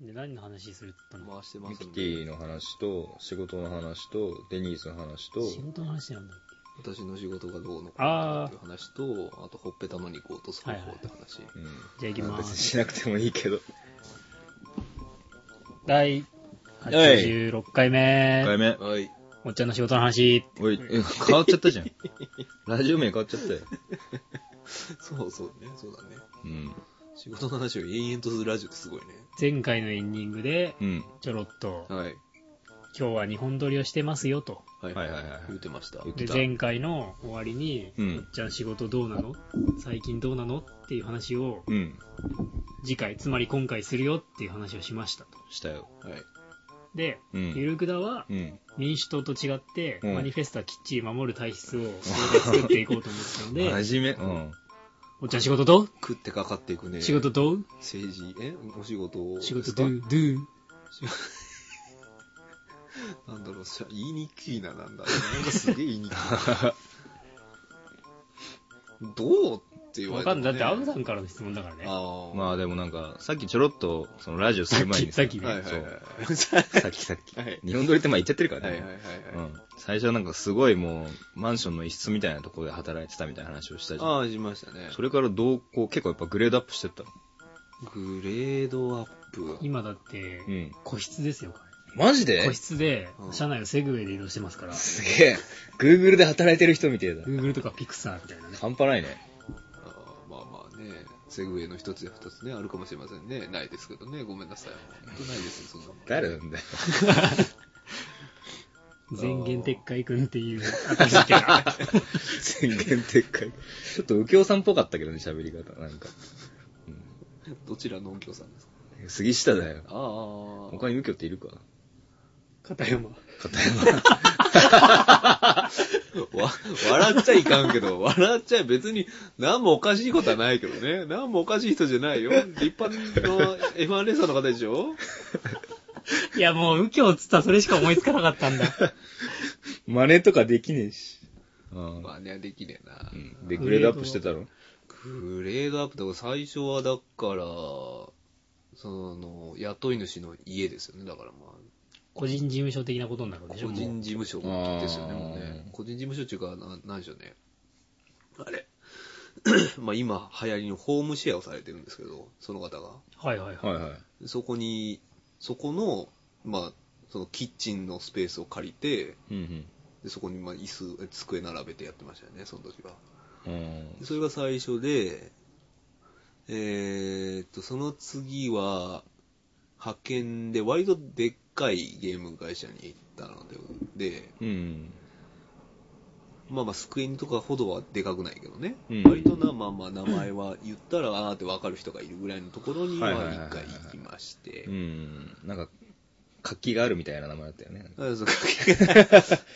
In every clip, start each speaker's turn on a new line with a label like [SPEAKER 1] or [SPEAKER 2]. [SPEAKER 1] で、何の話するって言ったの
[SPEAKER 2] 回してま
[SPEAKER 3] ミ
[SPEAKER 2] す
[SPEAKER 3] キ
[SPEAKER 2] ん
[SPEAKER 3] テ
[SPEAKER 2] で、
[SPEAKER 3] ィの話と、仕事の話と、デニーズの話と、
[SPEAKER 1] 仕事の話なんだっ
[SPEAKER 2] 私の仕事がどうのこうのっていう話と、あと、ほっぺたのに行こうとする方って話。
[SPEAKER 3] うん。
[SPEAKER 1] けじゃあ行きま
[SPEAKER 3] 別に
[SPEAKER 1] す。
[SPEAKER 3] しなくてもいいけど。
[SPEAKER 1] 第86回目
[SPEAKER 3] 1、回目。
[SPEAKER 2] はい。
[SPEAKER 1] おっちゃんの仕事の話。
[SPEAKER 3] おい、え変わっちゃったじゃん。ラジオ名変わっちゃったよ。
[SPEAKER 2] そうそうね、そうだね。
[SPEAKER 3] うん。
[SPEAKER 2] 仕事の話を延々とするラジオってすごいね。
[SPEAKER 1] 前回のエンディングで、
[SPEAKER 3] うん。
[SPEAKER 1] ちょろっと、
[SPEAKER 2] はい。
[SPEAKER 1] 今日は日本撮りをしてますよと。
[SPEAKER 2] はい
[SPEAKER 3] はいはいはい
[SPEAKER 2] 言ってました。
[SPEAKER 3] 言って
[SPEAKER 1] で、
[SPEAKER 3] た
[SPEAKER 1] 前回の終わりに、
[SPEAKER 3] う
[SPEAKER 1] お
[SPEAKER 3] ん
[SPEAKER 1] っ。ちゃん仕事どうなの最近どうなのっていう話を、
[SPEAKER 3] うん。
[SPEAKER 1] 次回、つまり今回するよっていう話をしましたと。
[SPEAKER 3] したよ。
[SPEAKER 2] はい。
[SPEAKER 1] で、
[SPEAKER 3] うん
[SPEAKER 1] ゆるくだは
[SPEAKER 3] うん。
[SPEAKER 1] 民主党と違って、
[SPEAKER 3] うん
[SPEAKER 1] マニフェストはきっちり守る体質をこれで作っていこうと思ってたの で、
[SPEAKER 3] 真面目。うん。
[SPEAKER 1] おっちゃん仕事どう
[SPEAKER 2] 食ってかかっていくね。
[SPEAKER 1] 仕事どう
[SPEAKER 2] 政治、えお仕事を
[SPEAKER 1] 仕事ど
[SPEAKER 2] で
[SPEAKER 1] うどう
[SPEAKER 2] すかしなんだろう、しゃ言いにくいな、なんだ。なんかすげえ言いに くい。どうって言わ
[SPEAKER 1] わ
[SPEAKER 2] れ
[SPEAKER 1] か
[SPEAKER 2] ても、
[SPEAKER 1] ん
[SPEAKER 2] ね。
[SPEAKER 1] ない。だって、アブさんからの質問だからね。
[SPEAKER 2] ああ。
[SPEAKER 3] まあでもなんか、さっきちょろっと、そのラジオする前に
[SPEAKER 1] さっき
[SPEAKER 2] はいはい
[SPEAKER 3] そ
[SPEAKER 2] はいは
[SPEAKER 3] う。
[SPEAKER 2] い。
[SPEAKER 3] さっきさっき。
[SPEAKER 2] はい
[SPEAKER 3] 日本撮りってまあ言っちゃってるからね。
[SPEAKER 2] はいはいはいは
[SPEAKER 3] う
[SPEAKER 2] い。
[SPEAKER 3] ん。最初はなんかすごいもう、マンションの一室みたいなところで働いてたみたいな話をしたじゃん。
[SPEAKER 2] ああ、しましたね。
[SPEAKER 3] それからどう、こう、結構やっぱグレードアップしてったの。
[SPEAKER 2] グレードアップ。
[SPEAKER 1] 今だって
[SPEAKER 3] う、ん。
[SPEAKER 1] 個室ですよ、こ
[SPEAKER 3] マジ
[SPEAKER 1] れ。
[SPEAKER 3] で
[SPEAKER 1] 個室で
[SPEAKER 2] う、ん
[SPEAKER 1] 社内をセグウェイで移動してますから、
[SPEAKER 3] すげえ。Google で働いてる人みたいだ。
[SPEAKER 1] Google とか Pixar みたいなね。
[SPEAKER 3] 半端ないね。
[SPEAKER 2] あーまあまあね、セグウェイの一つや二つね、あるかもしれませんね。ないですけどね、ごめんなさい。本当ないですよ、そんなもん。
[SPEAKER 3] 誰なんだよ。
[SPEAKER 1] 全言撤回くんって いう新しいキャラ。
[SPEAKER 3] 宣言撤回。ちょっと右京さんっぽかったけどね、喋り方。なんか。
[SPEAKER 2] どちらの音響さんですか
[SPEAKER 3] 杉下だよ。
[SPEAKER 2] ああ。
[SPEAKER 3] 他に右京っているか
[SPEAKER 1] 片山。
[SPEAKER 2] わ、笑っちゃいかんけど、笑っちゃい、別に、何もおかしいことはないけどね。何もおかしい人じゃないよ。立派の F1 レーサーの方でしょ
[SPEAKER 1] いや、もう、右京っつったらそれしか思いつかなか ったんだ。
[SPEAKER 3] 真似とかできねえし。うん。
[SPEAKER 2] まあね、できねえな
[SPEAKER 3] う。んで、グレードアップしてたろ
[SPEAKER 2] グレードアップだから、最初はだから、その、雇い主の家ですよね。だからまあ、
[SPEAKER 1] 個人事務所的なことになるわけでしょ、
[SPEAKER 2] 個
[SPEAKER 1] もう
[SPEAKER 2] 人事務所ですよね、
[SPEAKER 3] あー
[SPEAKER 2] もうね。個人事務所っていうか、ななんでしょうね。あ れ。まあ今流行りのホームシェアをされてるんですけど、その方が。
[SPEAKER 1] はいはいはい。
[SPEAKER 3] はいはい。
[SPEAKER 2] そこに、そこの、まあ、そのキッチンのスペースを借りて、
[SPEAKER 3] うん
[SPEAKER 2] でそこにまあ椅子、机並べてやってましたよね、その時は。
[SPEAKER 3] うん。うん
[SPEAKER 2] でそれが最初で、えーっと、その次は、派遣で、割とでっかいゲーム会社に行ったので、で
[SPEAKER 3] うん。
[SPEAKER 2] まあまあ、スクエニとかほどはでかくないけどね、
[SPEAKER 3] うん
[SPEAKER 2] 割とな、まあまあ、名前は言ったら、あーってわかる人がいるぐらいのところには
[SPEAKER 3] はいはいはいはい
[SPEAKER 2] 一回行きまして
[SPEAKER 3] う、ん。なんか、活気があるみたいな名前だったよね。
[SPEAKER 2] あそうそうそ う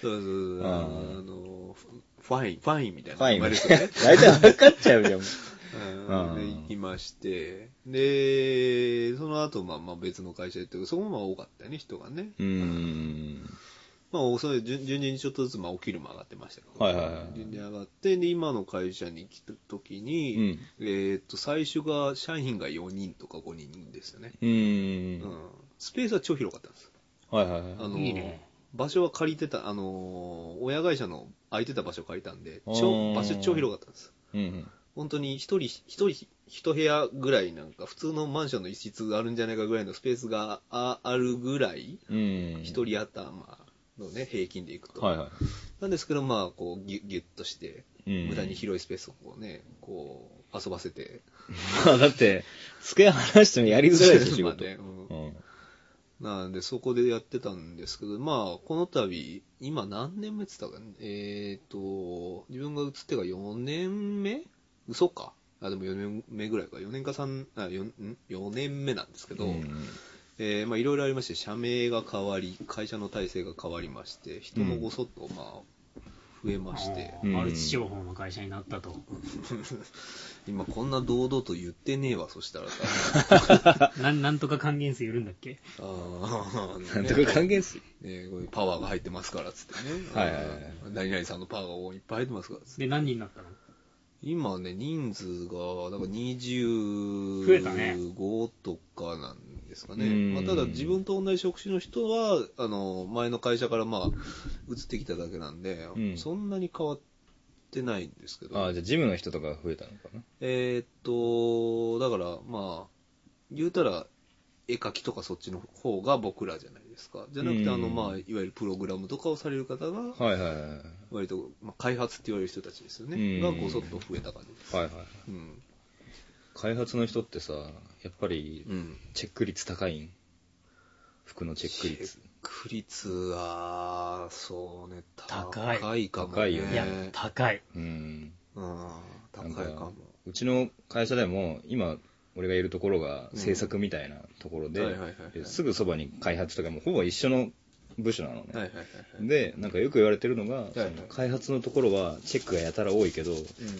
[SPEAKER 2] そう
[SPEAKER 3] あ
[SPEAKER 2] あ
[SPEAKER 3] ー
[SPEAKER 2] のフファイン、ファインみたいな。
[SPEAKER 3] ファイン
[SPEAKER 2] あ
[SPEAKER 3] み
[SPEAKER 2] れで
[SPEAKER 3] た
[SPEAKER 2] す
[SPEAKER 3] い
[SPEAKER 2] よ
[SPEAKER 3] な
[SPEAKER 2] ね。。
[SPEAKER 3] 大体分かっちゃうじゃ
[SPEAKER 2] う
[SPEAKER 3] ん。
[SPEAKER 2] ん
[SPEAKER 3] うん
[SPEAKER 2] で、行きまして、で、その後、まあまあ別の会社行って、そこもまあ多かったよね、人がね。
[SPEAKER 3] うん。
[SPEAKER 2] まあ、それ順順々にちょっとずつ、まあ、お給料も上がってましたけど、
[SPEAKER 3] はいはいはい
[SPEAKER 2] 順々に上がって、で、今の会社に来た時に、
[SPEAKER 3] うん
[SPEAKER 2] えーっと、最初が、社員が4人とか5人ですよね。
[SPEAKER 3] うん
[SPEAKER 2] うん。スペースは超広かったんです。
[SPEAKER 3] はいはい
[SPEAKER 2] あ
[SPEAKER 3] は
[SPEAKER 2] の
[SPEAKER 1] いいね
[SPEAKER 2] 場所は借りてた、あのー親会社の空いてた場所を借りたんで、
[SPEAKER 3] あ
[SPEAKER 2] 超
[SPEAKER 3] ー
[SPEAKER 2] 場所超広かったんです。
[SPEAKER 3] い。うん。
[SPEAKER 2] 本当に一人、一人、一部屋ぐらいなんか、普通のマンションの一室あるんじゃないかぐらいのスペースがああるぐらい、
[SPEAKER 3] うん。
[SPEAKER 2] 一人頭のね、平均でいくと。
[SPEAKER 3] はいは
[SPEAKER 2] なんですけど、まあ、こう、ぎゅぎゅっとして、
[SPEAKER 3] い。うん
[SPEAKER 2] 無駄に広いスペースをこうね、こう、遊ばせて。
[SPEAKER 3] まあだって、机離してもやりづらいでしょ、仕
[SPEAKER 2] まあ
[SPEAKER 3] 事。
[SPEAKER 2] ねうん
[SPEAKER 3] うん。
[SPEAKER 2] なんで、そこでやってたんですけど、まあ、この度、今何年目って言ったかね、えっ、と、自分が移ってから4年目嘘か。あ、でも4年目ぐらいか。4年か3、あ、4, ん4年目なんですけど、
[SPEAKER 3] うん
[SPEAKER 2] えーまあ、いろいろありまして、社名が変わり、会社の体制が変わりまして、人もごそっと、まあ、増えまして、
[SPEAKER 1] うん
[SPEAKER 3] うん
[SPEAKER 1] マルチ商法の会社になったと。
[SPEAKER 2] 今こんな堂々と言ってねえわ、そしたらさ。
[SPEAKER 1] なん、なんとか還元数いるんだっけ
[SPEAKER 2] あー
[SPEAKER 3] なんとか還元数。、
[SPEAKER 2] ね、こういうパワーが入ってますからっつってね
[SPEAKER 3] はいはいはい
[SPEAKER 2] あの何々さんのパワーがいっぱい入ってますからっつって
[SPEAKER 1] で、何人になったの
[SPEAKER 2] 今ね、人数が、だから25
[SPEAKER 1] 増えたね
[SPEAKER 2] とかなんですですか
[SPEAKER 3] う
[SPEAKER 2] ね。
[SPEAKER 3] ん
[SPEAKER 2] まあ、ただ自分と同じ職種の人は、あの、前の会社からまあ、移ってきただけなんで、
[SPEAKER 3] うん
[SPEAKER 2] そんなに変わってないんですけど。
[SPEAKER 3] ああ、じゃあジムの人とかが増えたのかな。
[SPEAKER 2] えーっと、だから、まあ、言うたら、絵描きとかそっちの方が僕らじゃないですか。じゃなくて、
[SPEAKER 3] うん
[SPEAKER 2] あの、まあ、いわゆるプログラムとかをされる方が、
[SPEAKER 3] はいはいはい。
[SPEAKER 2] 割と、まあ、開発って言われる人たちですよね。
[SPEAKER 3] うん
[SPEAKER 2] が、ごそっと増えた感じです。
[SPEAKER 3] はいはい。
[SPEAKER 2] うん。
[SPEAKER 3] 開発の人ってさ、やっぱり
[SPEAKER 2] うん。
[SPEAKER 3] チェック率高いん服のチェック率。
[SPEAKER 2] 確率は、そうね、
[SPEAKER 1] 高い
[SPEAKER 2] 高いかも、ね。
[SPEAKER 3] 高いよ
[SPEAKER 1] いや、高い。
[SPEAKER 3] うん。
[SPEAKER 2] うん、高いか
[SPEAKER 3] なんか
[SPEAKER 2] も。
[SPEAKER 3] うちの会社でも、今、俺がいるところが制作みたいなところで、
[SPEAKER 2] うんはいはいはいはい
[SPEAKER 3] ですぐそばに開発とかもほぼ一緒の部署なのね。
[SPEAKER 2] はいはいはいはい。
[SPEAKER 3] で、なんかよく言われてるのが、
[SPEAKER 2] いはい
[SPEAKER 3] その開発のところはチェックがやたら多いけど、
[SPEAKER 2] ん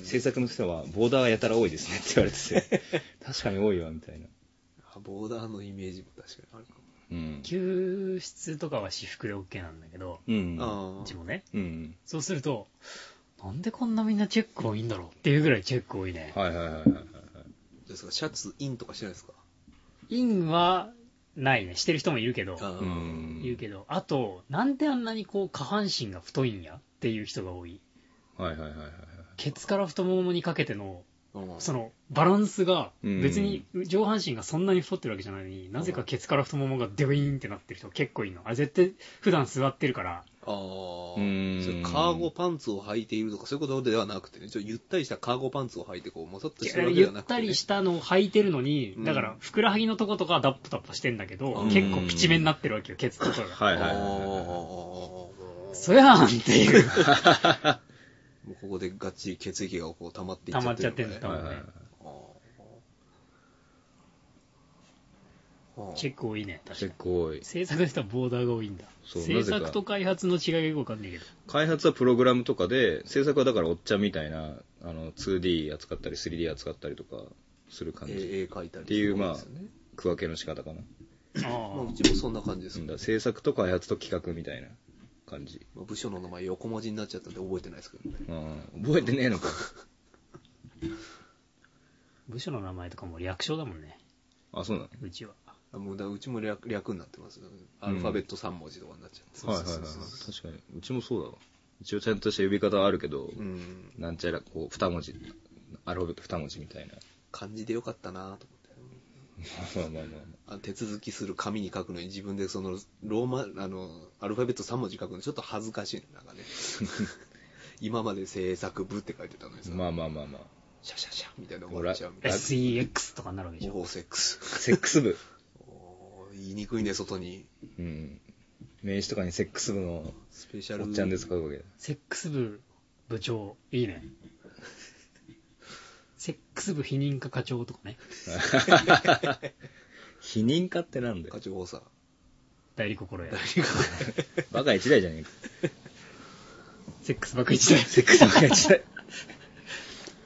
[SPEAKER 3] 制作の人はボーダーがやたら多いですねって言われてて、 確かに多いわ、みたいな。
[SPEAKER 2] あボーダーのイメージも確かにあるかも。
[SPEAKER 3] うん。
[SPEAKER 1] 救出とかは私服で OK なんだけど、
[SPEAKER 3] うん。
[SPEAKER 2] ああ
[SPEAKER 1] うちもね。
[SPEAKER 3] うん。
[SPEAKER 1] そうすると、なんでこんなみんなチェック多いんだろうっていうぐらいチェック多いね。
[SPEAKER 3] はいはいはいはいはいはい。
[SPEAKER 2] ですかシャツインとかしてないですか
[SPEAKER 1] インはないね。してる人もいるけど、
[SPEAKER 2] あー
[SPEAKER 3] うん
[SPEAKER 1] いるけど、あと、なんであんなにこう下半身が太いんやっていう人が多い。
[SPEAKER 3] はいはいはいはいはい。
[SPEAKER 1] ケツから太ももにかけての、
[SPEAKER 2] うん
[SPEAKER 1] そのバランスが、
[SPEAKER 3] うん
[SPEAKER 1] 別に上半身がそんなに太ってるわけじゃないのに、なぜかケツから太ももがデブイーンってなってる人結構いるの。あれ絶対普段座ってるから、
[SPEAKER 2] ああ、そ
[SPEAKER 3] ー
[SPEAKER 2] れ
[SPEAKER 3] ん
[SPEAKER 2] カーゴパンツを履いているとかそういうことではなくてね、ちょっとゆったりしたカーゴパンツを履いてこう、もそっとしてるわけ
[SPEAKER 1] ゆ
[SPEAKER 2] じゃな
[SPEAKER 1] っ
[SPEAKER 2] くて、
[SPEAKER 1] た
[SPEAKER 2] ね。
[SPEAKER 1] りしたのを履いてるのに、
[SPEAKER 2] うん
[SPEAKER 1] だからふくらはぎのとことかはダップダップしてんだけど、
[SPEAKER 2] うん
[SPEAKER 1] 結構ピチ目になってるわけよ、ケツとかが。
[SPEAKER 3] はいはいはい
[SPEAKER 2] あー
[SPEAKER 3] はいはい。
[SPEAKER 1] そやんって いう。
[SPEAKER 2] もうここでがっちり血液がこう溜まっていっ
[SPEAKER 1] 溜
[SPEAKER 2] ちゃ
[SPEAKER 1] ま
[SPEAKER 2] っ
[SPEAKER 1] ってちゃ
[SPEAKER 2] る
[SPEAKER 1] っ
[SPEAKER 2] の
[SPEAKER 1] て
[SPEAKER 2] か
[SPEAKER 1] ん
[SPEAKER 2] ね
[SPEAKER 1] だと思うね。
[SPEAKER 2] あーあー
[SPEAKER 1] チェック多いね、確か
[SPEAKER 3] 結
[SPEAKER 1] に。
[SPEAKER 3] 構多い。
[SPEAKER 1] 制作の人はボーダーが多いんだ。
[SPEAKER 3] そう
[SPEAKER 1] 制
[SPEAKER 3] なぜ
[SPEAKER 1] 作
[SPEAKER 3] か
[SPEAKER 1] と開発の違いがよくわかんないけど。
[SPEAKER 3] 開発はプログラムとかで、制作はだからおっちゃんみたいな、あの、2D 扱ったり 3D 扱ったりとかする感じ。
[SPEAKER 2] 絵絵描いたり
[SPEAKER 3] っていうまあ
[SPEAKER 2] するんですよね
[SPEAKER 3] 区分けの仕方かな。
[SPEAKER 2] まあ、
[SPEAKER 1] あ
[SPEAKER 2] うちもそんな感じです
[SPEAKER 3] う
[SPEAKER 2] け
[SPEAKER 3] ん
[SPEAKER 2] ど、
[SPEAKER 3] だ制作と開発と企画みたいな感じ。
[SPEAKER 2] まあ部署の名前横文字になっちゃったんで覚えてないですけどね。
[SPEAKER 3] うん。覚えてねえの か。
[SPEAKER 1] あ、部署の名前とかも略称だもんね、
[SPEAKER 3] あ、そうなの
[SPEAKER 1] うちは。
[SPEAKER 2] あもうだうちも略略になってますよね。アルファベット3文字とかになっちゃって。
[SPEAKER 3] はいはいはい。確かに。うちもそうだわ。一応ちゃんとした呼び方はあるけど、
[SPEAKER 2] うん。
[SPEAKER 3] なんちゃら、こう、二文字、アルファベット二文字みたいな。
[SPEAKER 2] 漢字でよかったなと思って。
[SPEAKER 3] まあまあまあ
[SPEAKER 2] あの手続きする紙に書くのに自分でそのローマあのアルファベット3文字書くのちょっと恥ずかしいのなんか ね今まで制作部って書いてたのにさ、
[SPEAKER 3] まあ。まあまあまあま
[SPEAKER 2] シャシャシャみたいなの終わっちゃうみたいな
[SPEAKER 1] SEX とかになるわけでしょ。
[SPEAKER 2] おーセック
[SPEAKER 3] あ。
[SPEAKER 2] ス
[SPEAKER 3] セックス部。
[SPEAKER 2] おー言いにくいね外に
[SPEAKER 3] うん。名刺とかにセックス部の
[SPEAKER 2] スペシャル
[SPEAKER 3] おっちゃんで使うわけだ。
[SPEAKER 1] セックス部部長、いいね。セックス部否認課課長とかね、
[SPEAKER 3] 否認家ってなんだよ
[SPEAKER 2] 課。長補佐
[SPEAKER 1] 代理心得。
[SPEAKER 3] バカ一代じゃねえか。
[SPEAKER 1] セックス爆一だよ。
[SPEAKER 3] セックスバカ一代。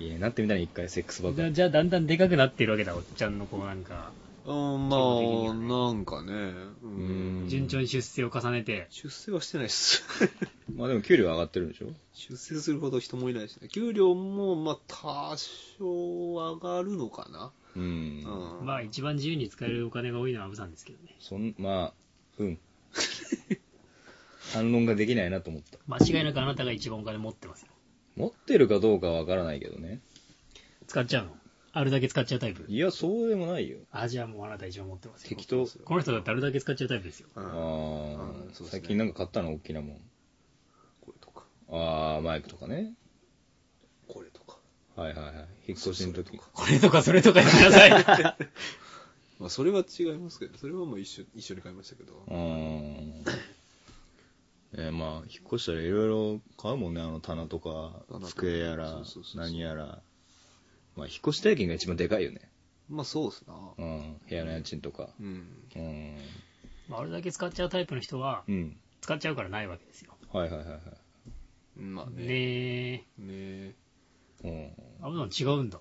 [SPEAKER 3] いや、なってみたら一回セックスバカ。
[SPEAKER 1] だじゃあだんだんでかくなってるわけだ、おっちゃんのこうなんか、
[SPEAKER 2] うんま
[SPEAKER 1] 基本的に
[SPEAKER 2] あ
[SPEAKER 1] はね
[SPEAKER 2] なんかねう
[SPEAKER 3] うんん
[SPEAKER 1] 順調に出世を重ねて、
[SPEAKER 2] 出世はしてないっす
[SPEAKER 3] まあでも給料上がってるんでしょ
[SPEAKER 2] 出世するほど人もいないしね給料もまあ多少上がるのかな
[SPEAKER 3] う。
[SPEAKER 2] うんん
[SPEAKER 1] まあ一番自由に使えるお金が多いのはアブさんですけどね。
[SPEAKER 3] そん、まあ、うん。反論ができないなと思った。
[SPEAKER 1] 間違いなくあなたが一番お金持ってますよ。
[SPEAKER 3] 持ってるかどうかはわからないけどね。
[SPEAKER 1] 使っちゃうのあるだけ使っちゃうタイプ
[SPEAKER 3] いや、そうでもないよ。
[SPEAKER 1] あ、じゃあもうあなた一番持ってますよ。
[SPEAKER 3] 適当。
[SPEAKER 1] この人だってあるだけ使っちゃうタイプですよ。
[SPEAKER 2] う
[SPEAKER 3] ああ
[SPEAKER 2] ん、うんそう
[SPEAKER 3] ー、
[SPEAKER 2] ですね
[SPEAKER 3] 最近なんか買ったの大きなもん。
[SPEAKER 2] これとか
[SPEAKER 3] ああ、マイクとかね。
[SPEAKER 2] これとか
[SPEAKER 3] はいはいはい。引っ越しの時。
[SPEAKER 1] これとかそれとか言ってください。
[SPEAKER 2] まあ、それは違いますけど、それはもう一緒一緒に買いましたけど、
[SPEAKER 3] うーん。えーまあ、引っ越したらいろいろ買うもんね、あの棚とか
[SPEAKER 2] 棚と、か
[SPEAKER 3] 机やら
[SPEAKER 2] そうそうそうそ、う
[SPEAKER 3] 何やら。まあ、引っ越し代金が一番でかいよね。
[SPEAKER 2] まあそうっすな。
[SPEAKER 3] うん。部屋の家賃とか。
[SPEAKER 2] うん。
[SPEAKER 3] うん。
[SPEAKER 1] まああれだけ使っちゃうタイプの人は
[SPEAKER 3] う、ん。
[SPEAKER 1] 使っちゃうからないわけですよ。
[SPEAKER 3] はいはいはいはい。
[SPEAKER 2] まあね。
[SPEAKER 1] ねえ。
[SPEAKER 2] ね
[SPEAKER 3] うん。
[SPEAKER 1] アブさん違うんだ。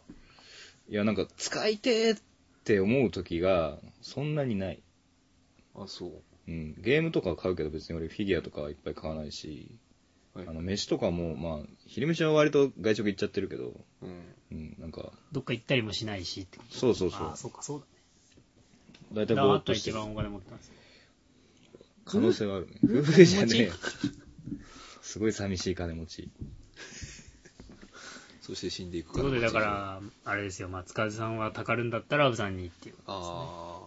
[SPEAKER 3] いや、なんか、使いてーって思う時が、そんなにない。
[SPEAKER 2] あ、そう。
[SPEAKER 3] うん。ゲームとかは買うけど、別に俺フィギュアとかはいっぱい買わないし、
[SPEAKER 2] はい
[SPEAKER 3] あ。の、飯とかも、まあ、昼飯は割と外食行っちゃってるけど、
[SPEAKER 2] うん。
[SPEAKER 3] うん、なんか、
[SPEAKER 1] どっか行ったりもしないしってこと
[SPEAKER 3] そうそうそう
[SPEAKER 1] あ、そうかそうだね。
[SPEAKER 3] 大体
[SPEAKER 1] ダ
[SPEAKER 3] ぼ
[SPEAKER 1] ー
[SPEAKER 3] ー
[SPEAKER 1] ッ
[SPEAKER 3] っ
[SPEAKER 1] と
[SPEAKER 3] として
[SPEAKER 1] 一
[SPEAKER 3] る
[SPEAKER 1] 番大金持ってたんですよ
[SPEAKER 3] 可能性はあるね。夫 婦じゃねえよ。すごい寂しい金持ち。
[SPEAKER 2] そして死んでいく
[SPEAKER 1] ということでだからあれですよ松風さんはたかるんだったらアブさんにっていう
[SPEAKER 2] あ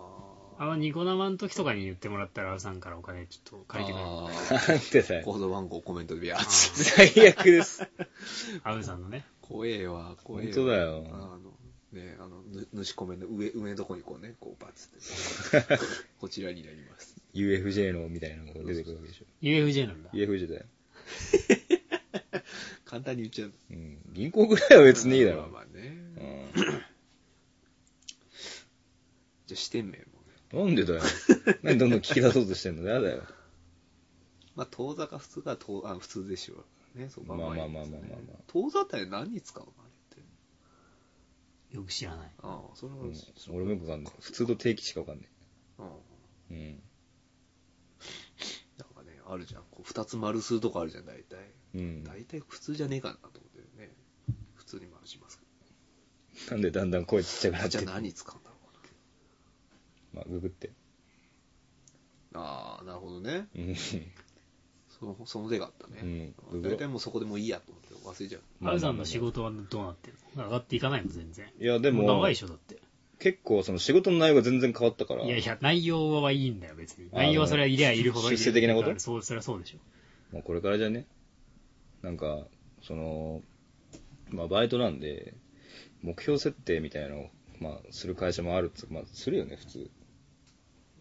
[SPEAKER 1] あのニコ生の時とかに言ってもらったらアブさんからお金ちょっと
[SPEAKER 2] あ
[SPEAKER 1] 借りてくれる
[SPEAKER 2] あ
[SPEAKER 3] な
[SPEAKER 2] ー
[SPEAKER 3] んてだ
[SPEAKER 2] コ
[SPEAKER 3] よ。
[SPEAKER 2] ード番号コメントでビャーッ
[SPEAKER 1] あ
[SPEAKER 3] 最 悪です。
[SPEAKER 1] ーアブさんのね
[SPEAKER 2] 怖えわ怖えわ
[SPEAKER 3] 本当だよ
[SPEAKER 2] あのねあのぬ主コメの上上のとこにこうねこうバツって こちらになります
[SPEAKER 3] UFJ のみたいなのが出てくるわけで しょ。
[SPEAKER 1] UFJ なんだ
[SPEAKER 3] UFJ だよ。
[SPEAKER 2] 簡単に言っちゃう
[SPEAKER 3] うん。銀行ぐらいは別にいいだろ
[SPEAKER 2] ま。あまあ
[SPEAKER 3] う
[SPEAKER 2] ね
[SPEAKER 3] ん。
[SPEAKER 2] じゃあ視点名もね
[SPEAKER 3] なんでだよ。何どんどん聞き出そうとしてんのやだよ。
[SPEAKER 2] まあ当座か普通か当あ普通でしょうねそこは
[SPEAKER 3] まあまあまあまあまあまあ
[SPEAKER 2] いいですね当座って何に使うのあれって
[SPEAKER 1] よく知らない
[SPEAKER 2] ああそれは、
[SPEAKER 3] うん俺もよくわかんない。普通と定期しかわかんない。
[SPEAKER 2] うん
[SPEAKER 3] うん。
[SPEAKER 2] なんかね、あるじゃん。こう、二つ丸数とかあるじゃん、大体。
[SPEAKER 3] うん。
[SPEAKER 2] 大体普通じゃねえかなと思ってね。普通に丸しますけ
[SPEAKER 3] なんでだんだん声ちっちゃくな
[SPEAKER 2] ど。
[SPEAKER 3] って
[SPEAKER 2] じゃ
[SPEAKER 3] る
[SPEAKER 2] あ何使うんだろう
[SPEAKER 3] まあ、ググって。
[SPEAKER 2] な。ああ、なるほどね。
[SPEAKER 3] うん。
[SPEAKER 2] その、その手があったね。
[SPEAKER 3] うん
[SPEAKER 2] 大体もうそこでもういいやと思って忘れちゃう。
[SPEAKER 1] アブさんの仕事はどうなってるの上がっていかないの全然
[SPEAKER 3] いや、でも、
[SPEAKER 1] 長いでしょだって
[SPEAKER 3] 結構その仕事の内容が全然変わったから、
[SPEAKER 1] いやいや内容はいいんだよ別に
[SPEAKER 3] あ
[SPEAKER 1] 内容はそれはいりゃいるほどいい
[SPEAKER 3] 出世的なこと
[SPEAKER 1] だからそうそれはそうでしょ
[SPEAKER 3] もうこれからじゃね、なんか、その、まあバイトなんで、目標設定みたいなのを、まあ、する会社もあるっつまあ、するよね、普通。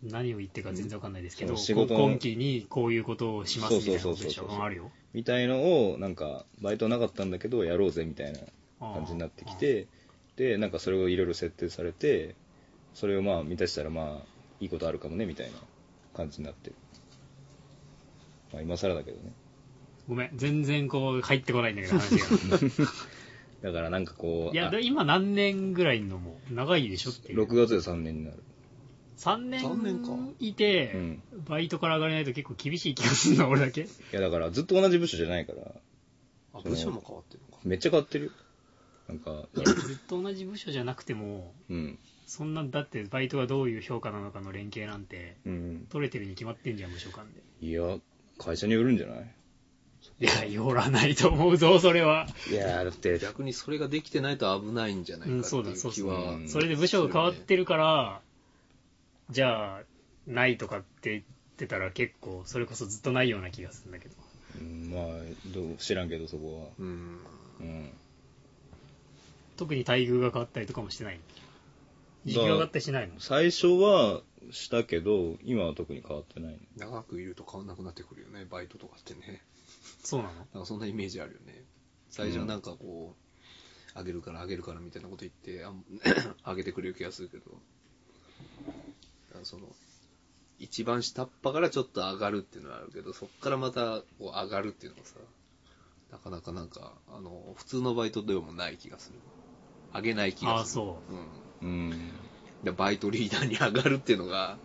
[SPEAKER 1] 何を言ってるか全然わかんないですけ
[SPEAKER 3] う
[SPEAKER 1] ど、
[SPEAKER 3] んそう仕事の
[SPEAKER 1] 今期にこういうことをしますみたいなことでし
[SPEAKER 3] そうそうそう
[SPEAKER 1] ょ
[SPEAKER 3] そうそう
[SPEAKER 1] うんあるよ
[SPEAKER 3] みたいのを、なんか、バイトなかったんだけど、やろうぜみたいな
[SPEAKER 1] あー
[SPEAKER 3] 感じになってきて、で、なんかそれをいろいろ設定されて、それをまあ、満たしたら、まあ、いいことあるかもね、みたいな感じになってる。まあ、今更だけどね。
[SPEAKER 1] ごめん全然こう入ってこないんだけど話が
[SPEAKER 3] だからなんかこう、
[SPEAKER 1] いや
[SPEAKER 3] あ
[SPEAKER 1] で今何年ぐらいのもう長いでしょっていう
[SPEAKER 3] 6月で3年になる。
[SPEAKER 1] 3
[SPEAKER 2] 三年か
[SPEAKER 1] 年いて、
[SPEAKER 3] うん
[SPEAKER 1] バイトから上がれないと結構厳しい気がするな俺 だけ
[SPEAKER 3] いやだからずっと同じ部署じゃないから、
[SPEAKER 2] あ、
[SPEAKER 3] その
[SPEAKER 2] 部署も変わってるのか。
[SPEAKER 3] めっちゃ変わってるよ。なんか、
[SPEAKER 1] ずっと同じ部署じゃなくても
[SPEAKER 3] うん。
[SPEAKER 1] そんなだってバイトがどういう評価なのかの連携なんて
[SPEAKER 3] うん。
[SPEAKER 1] 取れてるに決まってんじゃん無償間で
[SPEAKER 3] いや、会社によるんじゃない
[SPEAKER 1] いや寄らないと思うぞそれはい
[SPEAKER 3] やだって、
[SPEAKER 2] 逆にそれができてないと危ないんじゃないか
[SPEAKER 1] うん
[SPEAKER 2] って
[SPEAKER 1] そうだ
[SPEAKER 2] いう気
[SPEAKER 3] そう
[SPEAKER 2] は。
[SPEAKER 3] そう
[SPEAKER 1] それで部署が変わってるから、じゃあ、ないとかって言ってたら結構、それこそずっとないような気がするんだけど。
[SPEAKER 3] うんまあどう、知らんけどそこは。
[SPEAKER 2] うん。
[SPEAKER 3] うん。
[SPEAKER 1] 特に待遇が変わったりとかもしてない。時給が上がったりしないの
[SPEAKER 3] 最初はしたけど、今は特に変わってない。
[SPEAKER 2] 長くいると変わんなくなってくるよね、バイトとかってね。
[SPEAKER 1] そうなの
[SPEAKER 2] なんかそんなイメージあるよね。最初はなんかこう、あ、げるからあげるからみたいなこと言って、あん あげてくれる気がするけど、あその、一番下っ端からちょっと上がるっていうのはあるけど、そこからまたこう上がるっていうのがさ、なかなかなんか、あの、普通のバイトでもない気がする。上げない気
[SPEAKER 1] あ
[SPEAKER 2] が
[SPEAKER 1] あ、
[SPEAKER 2] する。
[SPEAKER 1] そ
[SPEAKER 2] うん。
[SPEAKER 3] うん。
[SPEAKER 2] でバイトリーダーに上がるっていうのが、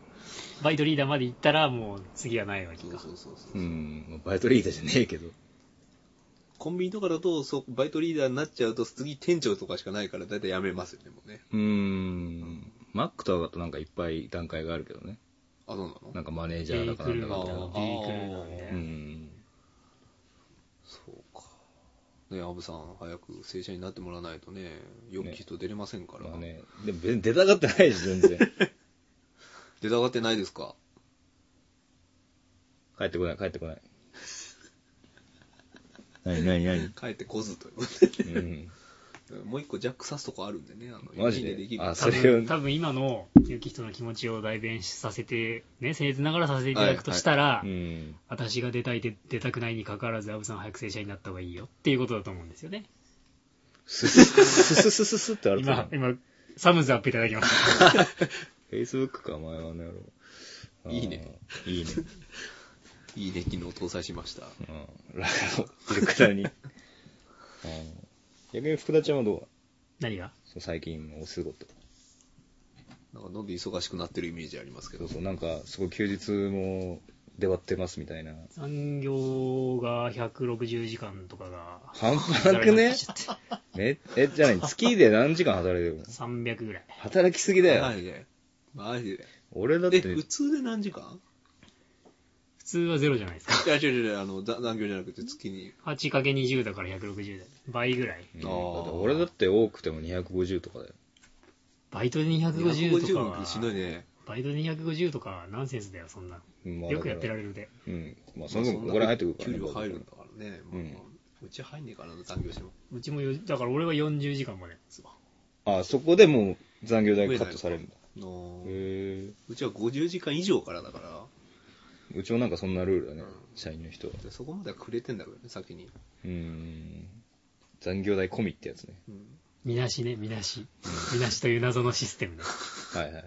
[SPEAKER 1] う。バイトリーダーまで行ったら、もう次はないわけ
[SPEAKER 2] そう
[SPEAKER 1] か。
[SPEAKER 2] そうそうそう
[SPEAKER 3] う。ん。まあバイトリーダーじゃねえけど。
[SPEAKER 2] コンビニとかだと、そう、バイトリーダーになっちゃうと、次店長とかしかないから、だいたい辞めますよね、もうね。
[SPEAKER 3] うん。マックとかだとなんかいっぱい段階があるけどね。
[SPEAKER 2] あ、どうなの
[SPEAKER 3] なんかマネージャーだかなんだかみたいな
[SPEAKER 1] ビ
[SPEAKER 2] あ。
[SPEAKER 1] ークルなん
[SPEAKER 2] あ
[SPEAKER 1] で
[SPEAKER 3] う。ん。
[SPEAKER 2] そうか。ねアブさん、早く正社員になってもらわないとね、よく人出れませんから。
[SPEAKER 3] まあね。でも別に出たがってないし、全 然。
[SPEAKER 2] 出たがってないですか
[SPEAKER 3] 帰ってこない、帰ってこない。 何、何、何
[SPEAKER 2] 帰ってこずというこ
[SPEAKER 3] うん。
[SPEAKER 2] とで。 もう一個ジャック刺すとこあるんでね、あの、
[SPEAKER 3] マジ
[SPEAKER 2] 一気
[SPEAKER 3] で
[SPEAKER 2] にできる。
[SPEAKER 3] あ、
[SPEAKER 1] 多
[SPEAKER 3] それを
[SPEAKER 1] 分、、多分今の、ゆき人の気持ちを代弁させて、ね、僭越ながらさせていただくとしたら、
[SPEAKER 3] うん。
[SPEAKER 1] 私が出たいで出たくないにかかわらず、アブさんは早く正社員になった方がいいよっていうことだと思うんですよね。
[SPEAKER 3] すすすすすすすってあると思
[SPEAKER 1] 今
[SPEAKER 3] う、。
[SPEAKER 1] 今、サムズアップいただきました。
[SPEAKER 3] Facebook か、お前はあの野郎。あー
[SPEAKER 2] いいね。
[SPEAKER 3] いいね。
[SPEAKER 2] いいね、機能搭載しました。
[SPEAKER 3] うん。ラロ、 福田に。あー逆に福田ちゃんはどう
[SPEAKER 1] 何が
[SPEAKER 3] そう最近のお仕事。
[SPEAKER 2] なんか、どんどん忙しくなってるイメージありますけ
[SPEAKER 3] そ
[SPEAKER 2] ど
[SPEAKER 3] う。そう、なんか、すごい休日も出張ってますみたいな。
[SPEAKER 1] 残業が160時間とかが、
[SPEAKER 3] 半端なく
[SPEAKER 1] ざらにな
[SPEAKER 3] ね
[SPEAKER 1] っちゃって
[SPEAKER 3] え、え、じゃあ何月で何時間働いてるの
[SPEAKER 1] 300ぐらい。
[SPEAKER 3] 働きすぎだよ。
[SPEAKER 2] マジで。マジで。
[SPEAKER 3] 俺だっ
[SPEAKER 2] え、
[SPEAKER 3] て、
[SPEAKER 2] 普通で何時 間
[SPEAKER 1] 普通はゼロじゃないですか。
[SPEAKER 2] いや、違う違う違う、あの、だ残業じゃなくて月に。
[SPEAKER 1] 8×20 だから160だ。倍ぐらい。
[SPEAKER 3] うん
[SPEAKER 2] あー
[SPEAKER 3] だって俺だって多くても250とかだよ。
[SPEAKER 1] バイトで250とかは
[SPEAKER 2] のしんどいね。
[SPEAKER 1] バイトで250とかナンセンスだよ、そんな。
[SPEAKER 3] まあ
[SPEAKER 1] よくやってら
[SPEAKER 3] る。
[SPEAKER 1] れるで。
[SPEAKER 3] うん。まあ、その
[SPEAKER 2] まあ
[SPEAKER 3] 分、ここら辺入ってく
[SPEAKER 2] 給
[SPEAKER 3] る
[SPEAKER 2] 料
[SPEAKER 3] から
[SPEAKER 2] 入る
[SPEAKER 3] ね
[SPEAKER 2] んだからね。
[SPEAKER 3] うん
[SPEAKER 2] まあうち入んねえからな、残業しても。
[SPEAKER 1] うちもよ、だから俺は40時間まで。
[SPEAKER 3] あ、そこでもう残業代カットされるんだ。
[SPEAKER 2] の
[SPEAKER 3] へ
[SPEAKER 2] うちは50時間以上からだから、
[SPEAKER 3] え。うちもなんかそんなルールだね
[SPEAKER 2] うん、
[SPEAKER 3] 社員の人は。
[SPEAKER 2] でそこまではくれてんだけどね、先に。
[SPEAKER 3] うん。残業代込みってやつね。
[SPEAKER 2] うん
[SPEAKER 1] みなしね、みなし。みなしという謎のシステムで。
[SPEAKER 3] はいはいはい。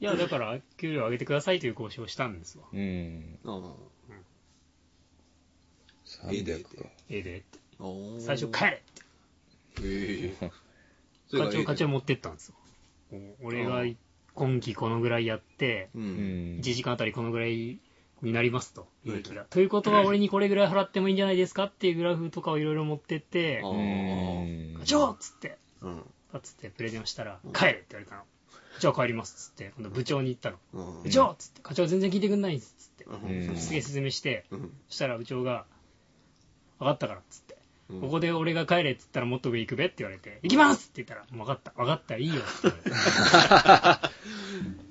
[SPEAKER 1] いや、だから、給料上げてくださいという交渉をしたんですわ。
[SPEAKER 3] うん。
[SPEAKER 2] あ
[SPEAKER 3] 300か。
[SPEAKER 1] ええでって。
[SPEAKER 2] あー
[SPEAKER 1] 最初帰れって。
[SPEAKER 2] ええそれ
[SPEAKER 1] 課
[SPEAKER 2] がえ
[SPEAKER 1] 長、
[SPEAKER 2] え
[SPEAKER 1] 課長持ってったんですよ。お俺が今期このぐらいやって、
[SPEAKER 2] う。
[SPEAKER 3] うんん
[SPEAKER 1] 1。時間あたりこのぐらいになりますと、
[SPEAKER 2] うん
[SPEAKER 1] 利益が。ということは、俺にこれぐらい払ってもいいんじゃないですかっていうグラフとかをいろいろ持ってって
[SPEAKER 2] あ、
[SPEAKER 3] う
[SPEAKER 2] ー
[SPEAKER 3] ん
[SPEAKER 1] 課長っつって、
[SPEAKER 2] うん。
[SPEAKER 1] パッつってプレゼンをしたら
[SPEAKER 2] うん、
[SPEAKER 1] 帰るって言われたの。じゃあ帰りますっつって、今度部長に言ったの。
[SPEAKER 2] うん
[SPEAKER 1] 部長っつって、課長全然聞いてくんないんですっつ
[SPEAKER 2] う
[SPEAKER 1] っ
[SPEAKER 2] ん
[SPEAKER 1] て、すげえ説明して、
[SPEAKER 2] うん。
[SPEAKER 1] そしたら部長が、分かったからっつって、
[SPEAKER 2] うん
[SPEAKER 1] ここで俺が帰れっつったらもっと上行くべって言われて、行きますって言ったら、分かった、分かった、いいよって言われ て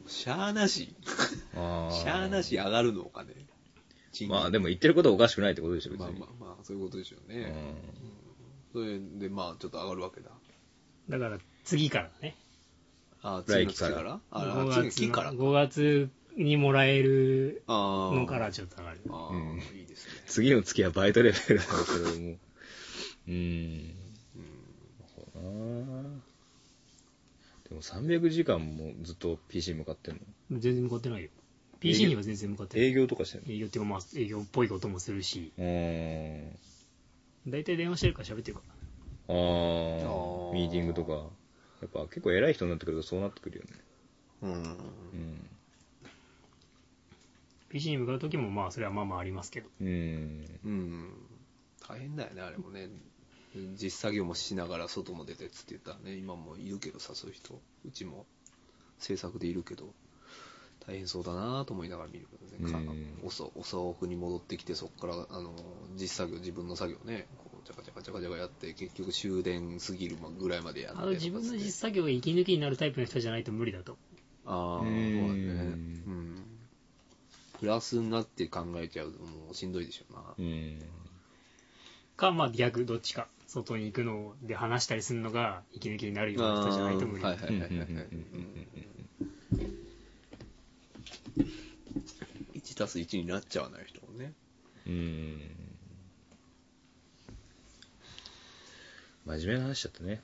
[SPEAKER 2] しゃーなし。
[SPEAKER 3] あ
[SPEAKER 2] しゃーなし上がるのかね。
[SPEAKER 3] まあで
[SPEAKER 2] も、
[SPEAKER 3] も言ってることはおかしくないってことでしょ、別
[SPEAKER 2] まあ
[SPEAKER 3] に
[SPEAKER 2] ま。あまあ、そういうことですよ
[SPEAKER 3] う
[SPEAKER 2] ね。
[SPEAKER 3] ん
[SPEAKER 2] それで、まあ、ちょっと上がるわけだ。
[SPEAKER 1] だから次からだね。
[SPEAKER 2] あー、次
[SPEAKER 3] 来
[SPEAKER 2] の
[SPEAKER 3] 期
[SPEAKER 2] 月
[SPEAKER 3] から
[SPEAKER 2] からあ
[SPEAKER 1] 5
[SPEAKER 2] ー、次の
[SPEAKER 1] 月
[SPEAKER 2] 月から。
[SPEAKER 1] 5月にもらえる
[SPEAKER 2] ああ。
[SPEAKER 1] のからちょっと上がる。
[SPEAKER 2] ああ、
[SPEAKER 3] うん
[SPEAKER 2] いいですね。
[SPEAKER 3] 次の月はバイトレベルだろうけども。うーん。そうだなでも300時間もずっと PC 向かってんの
[SPEAKER 1] 全然向かってないよ。PC には全然向かってな
[SPEAKER 3] 営
[SPEAKER 1] い。
[SPEAKER 3] 業とかしてんの
[SPEAKER 1] 営業っていうか、まあ、営業っぽいこともするし、
[SPEAKER 3] うーん。
[SPEAKER 1] 大体電話してるから喋ってるから。
[SPEAKER 3] あ
[SPEAKER 2] ー
[SPEAKER 3] ー、ミーティングとか。やっぱ結構偉い人になってくるとそうなってくるよね。
[SPEAKER 2] うん。
[SPEAKER 3] うん。
[SPEAKER 1] PC に向かう時も、まあ、それはまあまあありますけど。
[SPEAKER 3] うん。
[SPEAKER 2] うん。大変だよね、あれもね。実作業もしながら外も出てっつって言ったらね、今もいるけどさ、そういう人。うちも制作でいるけど、大変そうだなと思いながら見るけどね。か
[SPEAKER 3] うん
[SPEAKER 2] 遅遅くに戻ってきて、そこから、あの、実作業、自分の作業ね、こう、ちゃかちゃかちゃかちゃかやって、結局終電過ぎるまぐらいまでやって
[SPEAKER 1] あの、自分の
[SPEAKER 2] とかっつ
[SPEAKER 1] 実
[SPEAKER 2] って
[SPEAKER 1] 作業が息抜きになるタイプの人じゃないと無理だと。
[SPEAKER 2] ああ、
[SPEAKER 3] う
[SPEAKER 2] そうだ
[SPEAKER 3] ん
[SPEAKER 2] ね。うん。プラスになって考えちゃうともうしんどいでしょうな。
[SPEAKER 3] うん。
[SPEAKER 1] か、まあ、逆、どっちか。外に行くので話したりするのが息抜きになるような人じゃないと無理。
[SPEAKER 2] はいはいはいはいはい。
[SPEAKER 3] うんうんうんうん
[SPEAKER 2] 1たす1になっちゃわない人もね。
[SPEAKER 3] うん。真面目な話しちゃったね。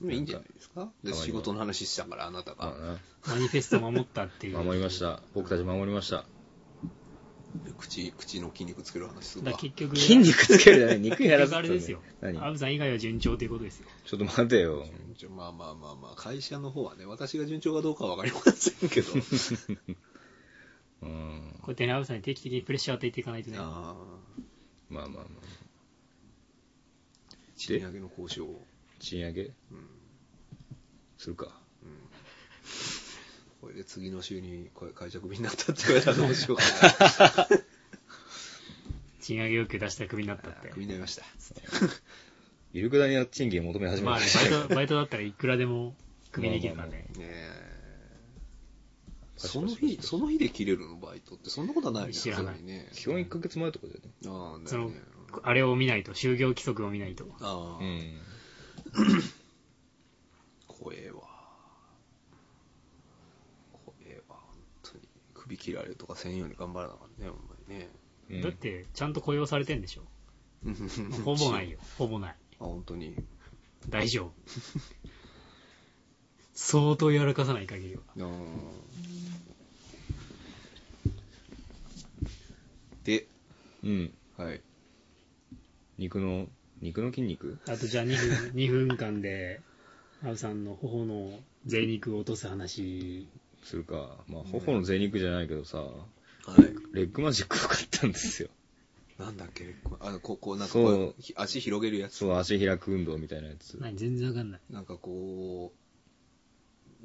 [SPEAKER 2] でもいいんじゃないですかで
[SPEAKER 3] かわいいわ
[SPEAKER 2] 仕事の話したから、あなた
[SPEAKER 3] ま
[SPEAKER 2] が。
[SPEAKER 3] あ
[SPEAKER 1] マニフェスト守ったっていう。
[SPEAKER 3] な。守りました。僕たち守りました。
[SPEAKER 2] 口、口の筋肉つける話する
[SPEAKER 1] だ
[SPEAKER 2] わ
[SPEAKER 1] から。結局、
[SPEAKER 3] 筋肉つけるじゃ ない肉やら
[SPEAKER 1] 結
[SPEAKER 3] ず
[SPEAKER 1] 局あれですよ。
[SPEAKER 3] 何
[SPEAKER 1] アブさん以外は順調ということですよ。
[SPEAKER 3] ちょっと待てよ。
[SPEAKER 2] ちょまあまあまあまあ、会社の方はね、私が順調かどうかはわかりませんけど。
[SPEAKER 3] うん
[SPEAKER 1] こ。うやってね、アブさんに定期的にプレッシャーを与えていかないとね。
[SPEAKER 2] ああ、
[SPEAKER 3] まあまあまあ。
[SPEAKER 2] 賃上げの交渉を。
[SPEAKER 3] 賃上げ
[SPEAKER 2] うん
[SPEAKER 3] するか。
[SPEAKER 2] これで次の週にこれ会社クビになったって言われたらどうしようか
[SPEAKER 1] 賃上げ要求出したらクビになったっ
[SPEAKER 2] な。
[SPEAKER 1] て
[SPEAKER 2] ク。ビになりました。
[SPEAKER 3] ゆるくだりの賃金求め始め
[SPEAKER 1] まあ
[SPEAKER 3] ま
[SPEAKER 1] ね、
[SPEAKER 3] した。
[SPEAKER 1] バイト、バイトだったらいくらでもクビできるからね。
[SPEAKER 2] ねえ。
[SPEAKER 3] パシ
[SPEAKER 2] そ
[SPEAKER 3] パ
[SPEAKER 2] の
[SPEAKER 3] シパシ
[SPEAKER 2] 日、その日で切れるのバイトって、そんなことはないじゃん
[SPEAKER 1] 知らない
[SPEAKER 2] さすがにね。
[SPEAKER 3] 基本1ヶ月前とかだよね。
[SPEAKER 2] ああ、だ
[SPEAKER 1] そ
[SPEAKER 2] よ
[SPEAKER 1] の
[SPEAKER 2] ね。、
[SPEAKER 1] あれを見ないと、就業規則を見ないと。
[SPEAKER 2] ああ、
[SPEAKER 3] うん。
[SPEAKER 2] 怖えわ。怖えわ、本当に。首切られるとかせんように頑張らなあかんね、ほんまにね。
[SPEAKER 3] うん
[SPEAKER 1] だって、ちゃんと雇用されてんでしょ。 ほぼないよ。ほぼない。
[SPEAKER 2] あ、本当に。
[SPEAKER 1] 大丈夫。相当やらかさない限りは。
[SPEAKER 2] ああで、
[SPEAKER 3] うん。
[SPEAKER 2] はい。
[SPEAKER 3] 肉の、肉の筋肉
[SPEAKER 1] あとじゃあ2分、2分 間で、アウさんの頬の贅肉を落とす話。
[SPEAKER 3] するか。まあ、頬の贅肉じゃないけどさ、
[SPEAKER 2] はい。
[SPEAKER 3] レッグマジックを買ったんですよ。
[SPEAKER 2] なんだっけ、あの、こう、こう、なんかこ
[SPEAKER 3] そう
[SPEAKER 2] う、ひ足広げるやつ。
[SPEAKER 3] そう、足開く運動みたいなやつ。
[SPEAKER 1] 何全然わかんない。
[SPEAKER 2] なんかこ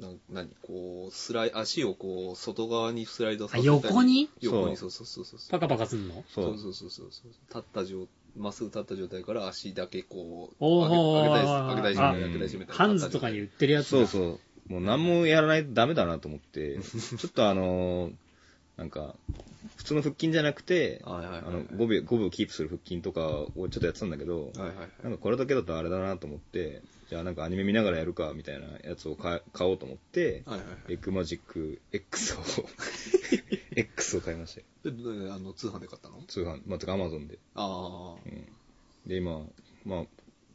[SPEAKER 2] う、なん何こう、スライ、足をこう、外側にスライドさ
[SPEAKER 1] あ
[SPEAKER 2] せたり
[SPEAKER 1] 横に
[SPEAKER 2] 横に、そうそうそうそう。
[SPEAKER 1] パカパカすんの
[SPEAKER 3] そ
[SPEAKER 2] そうう。そうそうそうそう。立った状、まっすぐ立った状態から足だけこう、
[SPEAKER 1] おー
[SPEAKER 2] 上げ上げ
[SPEAKER 1] おー
[SPEAKER 2] たりす、上げたりしめ
[SPEAKER 3] あ
[SPEAKER 2] たり、上げたりしめたり。
[SPEAKER 1] ハンズとかに売ってるやつ
[SPEAKER 3] そう
[SPEAKER 1] う。
[SPEAKER 3] そう。もう何もやらないとダメだなと思 って、ちょっとあのーなんか、普通の腹筋じゃなくて、あ
[SPEAKER 2] はいはいはいはい
[SPEAKER 3] の5秒、5秒キープする腹筋とかをちょっとやってたんだけど、
[SPEAKER 2] はいはいはい。
[SPEAKER 3] なんかこれだけだとあれだなと思って、じゃあなんかアニメ見ながらやるかみたいなやつを買買おうと思って、
[SPEAKER 2] はいはいはい
[SPEAKER 3] エッグマジック X を、X を買いましたよ。
[SPEAKER 2] でであの、通販で買ったの
[SPEAKER 3] 通販、まあ、てかアマゾンで。
[SPEAKER 2] あ
[SPEAKER 3] うんで、今、まあ、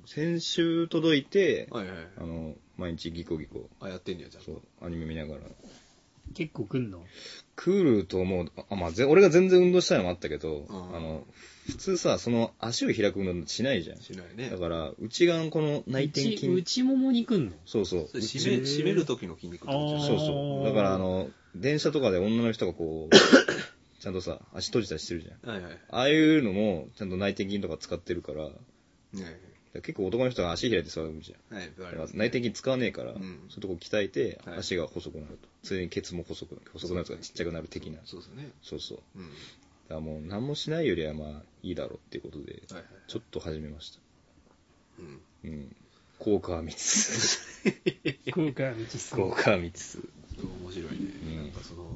[SPEAKER 3] 先週届いて、
[SPEAKER 2] あ。はいはいはい。
[SPEAKER 3] あの、毎日ギコギコ、
[SPEAKER 2] あ、やってんねや、じゃあ。
[SPEAKER 3] そう、アニメ見ながら。
[SPEAKER 1] 結構くんの
[SPEAKER 3] クールと思う、あ、まあ、ぜ俺が全然運動したいのもあったけど、
[SPEAKER 2] うん
[SPEAKER 3] あの、普通さ、その足を開く運動なんてしないじゃん。
[SPEAKER 2] しないね
[SPEAKER 3] だ。から、内側のこの内転
[SPEAKER 1] 内、
[SPEAKER 3] 筋、
[SPEAKER 1] 内ももにくんの
[SPEAKER 3] そうそう
[SPEAKER 2] そ、れ締め、締める時の筋肉ってことじゃ
[SPEAKER 3] そう
[SPEAKER 2] ない
[SPEAKER 3] そ
[SPEAKER 1] あー
[SPEAKER 3] う。だから、あの、電車とかで女の人がこう、 ちゃんとさ、足閉じたりしてるじゃん。
[SPEAKER 2] はいはい。ね
[SPEAKER 3] ああいうのも、ちゃんと内転筋とか使ってるから、だか
[SPEAKER 2] え
[SPEAKER 3] ら結構男の人が足開いて座るじゃん。
[SPEAKER 2] はいはい。
[SPEAKER 3] だから内転筋使わねえから、
[SPEAKER 2] うん
[SPEAKER 3] そういうとこ鍛えて、
[SPEAKER 2] はい
[SPEAKER 3] 足が細くなると。ついにケツも細くなる。細くなるとかちっちゃくなる的な。
[SPEAKER 2] そうですね。
[SPEAKER 3] そうそう。
[SPEAKER 2] うん。は
[SPEAKER 3] だからもう何もしないよりはまあいいだろうっていうことで、
[SPEAKER 2] いはい。
[SPEAKER 3] ちょっと始めました。
[SPEAKER 2] うん。
[SPEAKER 3] うん。効果は見つつ。
[SPEAKER 1] 効果は未知数。
[SPEAKER 3] 効果は見つつ。
[SPEAKER 2] それ面白いね
[SPEAKER 3] う。ん
[SPEAKER 2] なんかその、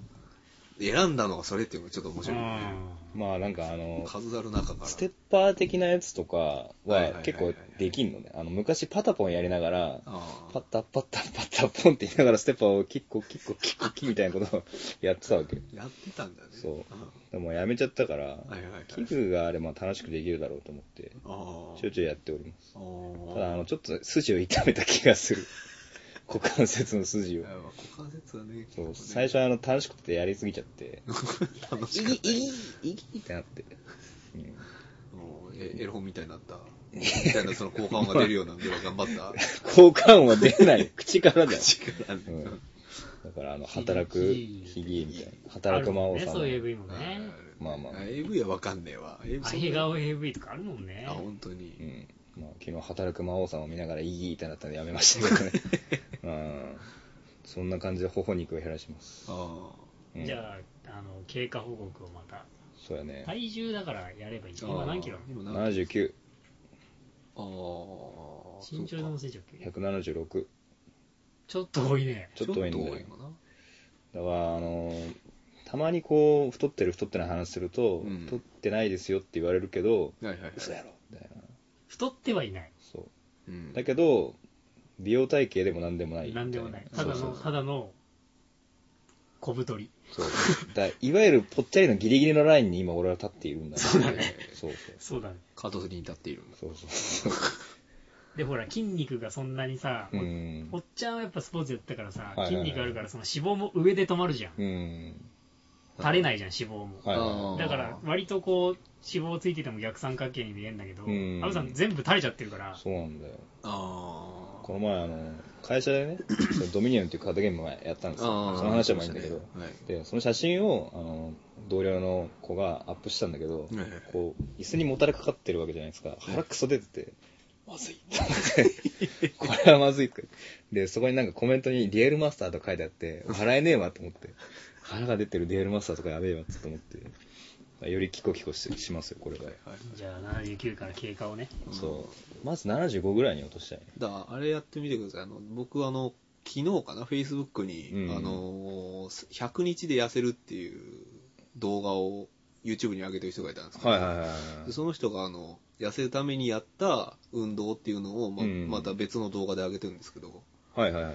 [SPEAKER 2] 選んだのがそれっていうのがちょっと面白いね。
[SPEAKER 1] あ
[SPEAKER 3] まあなんかあの、
[SPEAKER 2] 数ある中から。
[SPEAKER 3] ステッパー的なやつとか
[SPEAKER 2] はいはいはいは
[SPEAKER 3] はい結構できんのね。あの、昔パタポンやりながら、
[SPEAKER 2] あ
[SPEAKER 3] パ
[SPEAKER 2] あ。
[SPEAKER 3] タパタパタポンって言いながらステッパーをキッコキッコキッコキみたいなことをやってたわけ。
[SPEAKER 2] やってたんだね。
[SPEAKER 3] そう
[SPEAKER 2] あ
[SPEAKER 3] でもやめちゃったから、
[SPEAKER 2] あはいはいはい。
[SPEAKER 3] 器具があれば楽しくできるだろうと思って、
[SPEAKER 2] ああ。
[SPEAKER 3] ちょいちょいやっております。ただあ
[SPEAKER 2] あ
[SPEAKER 3] の、ちょっと筋を痛めた気がする。股関節の筋を
[SPEAKER 2] あ。。股関節はね、
[SPEAKER 3] そう、最初はあの、短縮ってやりすぎちゃって、
[SPEAKER 2] 楽
[SPEAKER 3] い
[SPEAKER 2] しかったよ。
[SPEAKER 3] ぎ、いぎってなって。うん
[SPEAKER 2] もうえエロ本みたいになった。みたいな、その効果音が出るようなぐらい頑 張った。
[SPEAKER 3] 効果音は出 ない。口からだよ。
[SPEAKER 2] 力ね
[SPEAKER 3] うんだから、あの、働く、
[SPEAKER 1] ひ
[SPEAKER 3] ひげみたいな。
[SPEAKER 1] あ。
[SPEAKER 3] 働く魔王
[SPEAKER 1] あるもんね、
[SPEAKER 3] さん
[SPEAKER 1] そういう AV
[SPEAKER 3] の。
[SPEAKER 1] も
[SPEAKER 2] あ
[SPEAKER 1] ね。
[SPEAKER 3] まあまあ
[SPEAKER 2] あ AV はわかんねえわ。AV
[SPEAKER 1] あへ顔 AV とかあるもんね
[SPEAKER 2] あ、。本当
[SPEAKER 3] う
[SPEAKER 2] に。
[SPEAKER 3] ん。まあ、昨日、働く魔王さんを見ながら、いぎってなったんでやめましたけどね。 うん。そんな感じで、頬肉を減らします。
[SPEAKER 2] あ
[SPEAKER 3] うん
[SPEAKER 1] じゃあ、あの、経過報告をまた。
[SPEAKER 3] そうやね。
[SPEAKER 1] 体重だからやればいい。
[SPEAKER 2] あ。
[SPEAKER 1] 今何キロ
[SPEAKER 2] ああ今何キ
[SPEAKER 3] 79、
[SPEAKER 2] ロああ。
[SPEAKER 1] 身長でも
[SPEAKER 2] そうか
[SPEAKER 1] 成長系
[SPEAKER 3] 176。
[SPEAKER 1] ちょっと多いね。
[SPEAKER 3] ちょっと多いんだよ
[SPEAKER 2] ちょっかな。
[SPEAKER 3] だから、あのーたまにこう、太ってる太ってない話すると、
[SPEAKER 2] うん
[SPEAKER 3] 太ってないですよって言われるけど、
[SPEAKER 2] はいはいはい。
[SPEAKER 3] 嘘やろみたいな。
[SPEAKER 1] 太ってはいない。
[SPEAKER 3] そうう。
[SPEAKER 2] ん
[SPEAKER 3] だけど、美容体型でも何でもない
[SPEAKER 1] なんでもない。
[SPEAKER 3] そ
[SPEAKER 1] た
[SPEAKER 3] う
[SPEAKER 1] だ
[SPEAKER 3] そ
[SPEAKER 1] の、
[SPEAKER 3] う
[SPEAKER 1] ただの、小太り。
[SPEAKER 3] そう。だいわゆるぽっちゃりのギリギリのラインに今俺は立っているんだそうだね。そう
[SPEAKER 1] そうだね。
[SPEAKER 2] カートに立っているんだ。
[SPEAKER 3] そう。そうそう。
[SPEAKER 1] で、ほら、筋肉がそんなにさ、
[SPEAKER 3] うん
[SPEAKER 1] お。っちゃんはやっぱスポーツやってたからさ
[SPEAKER 3] いはいは、い
[SPEAKER 1] 筋肉あるから、その脂肪も上で止まるじゃん。
[SPEAKER 3] うん。
[SPEAKER 1] 垂れないじゃん、脂肪も。
[SPEAKER 3] はい
[SPEAKER 2] あー
[SPEAKER 3] は
[SPEAKER 1] だから、割とこう、脂肪ついてても逆三角形に見えるんだけど、
[SPEAKER 3] うん
[SPEAKER 1] アブさん全部垂れちゃってるか
[SPEAKER 3] い。
[SPEAKER 1] ら、
[SPEAKER 3] そうなんだよ。
[SPEAKER 2] ああ。
[SPEAKER 3] この前、あの、会社でね、そのドミニオンっていうカードゲームをやったんですよ。
[SPEAKER 2] あー
[SPEAKER 3] その話はまあいいんだけど。
[SPEAKER 2] はい
[SPEAKER 3] で、その写真を、あの、同僚の子がアップしたんだけど、
[SPEAKER 2] はいはい
[SPEAKER 3] こう、椅子にもたれかかってるわけじゃないですか。腹くそ出てて、まずいって思って。 これはまずいって。で、そこになんかコメントにリエルマスターと書いてあって、笑えねえわと思って。腹が出てるリエルマスターとかやべえわって思って。よりキコキコしてしますよ、これが。
[SPEAKER 2] はい。
[SPEAKER 1] じゃあ79から経過をね。
[SPEAKER 3] そう。まず75ぐらいに落としたいね。
[SPEAKER 2] だからあれやってみてください。あの僕、あの、昨日かな、Facebook に、
[SPEAKER 3] うん
[SPEAKER 2] あのー、100日で痩せるっていう動画を YouTube に上げてる人がいたんですけど、
[SPEAKER 3] はいはいはいはい。
[SPEAKER 2] でその人が、あの、痩せるためにやった運動っていうのをま、
[SPEAKER 3] うん
[SPEAKER 2] また別の動画で上げてるんですけど、
[SPEAKER 3] はいはいはい。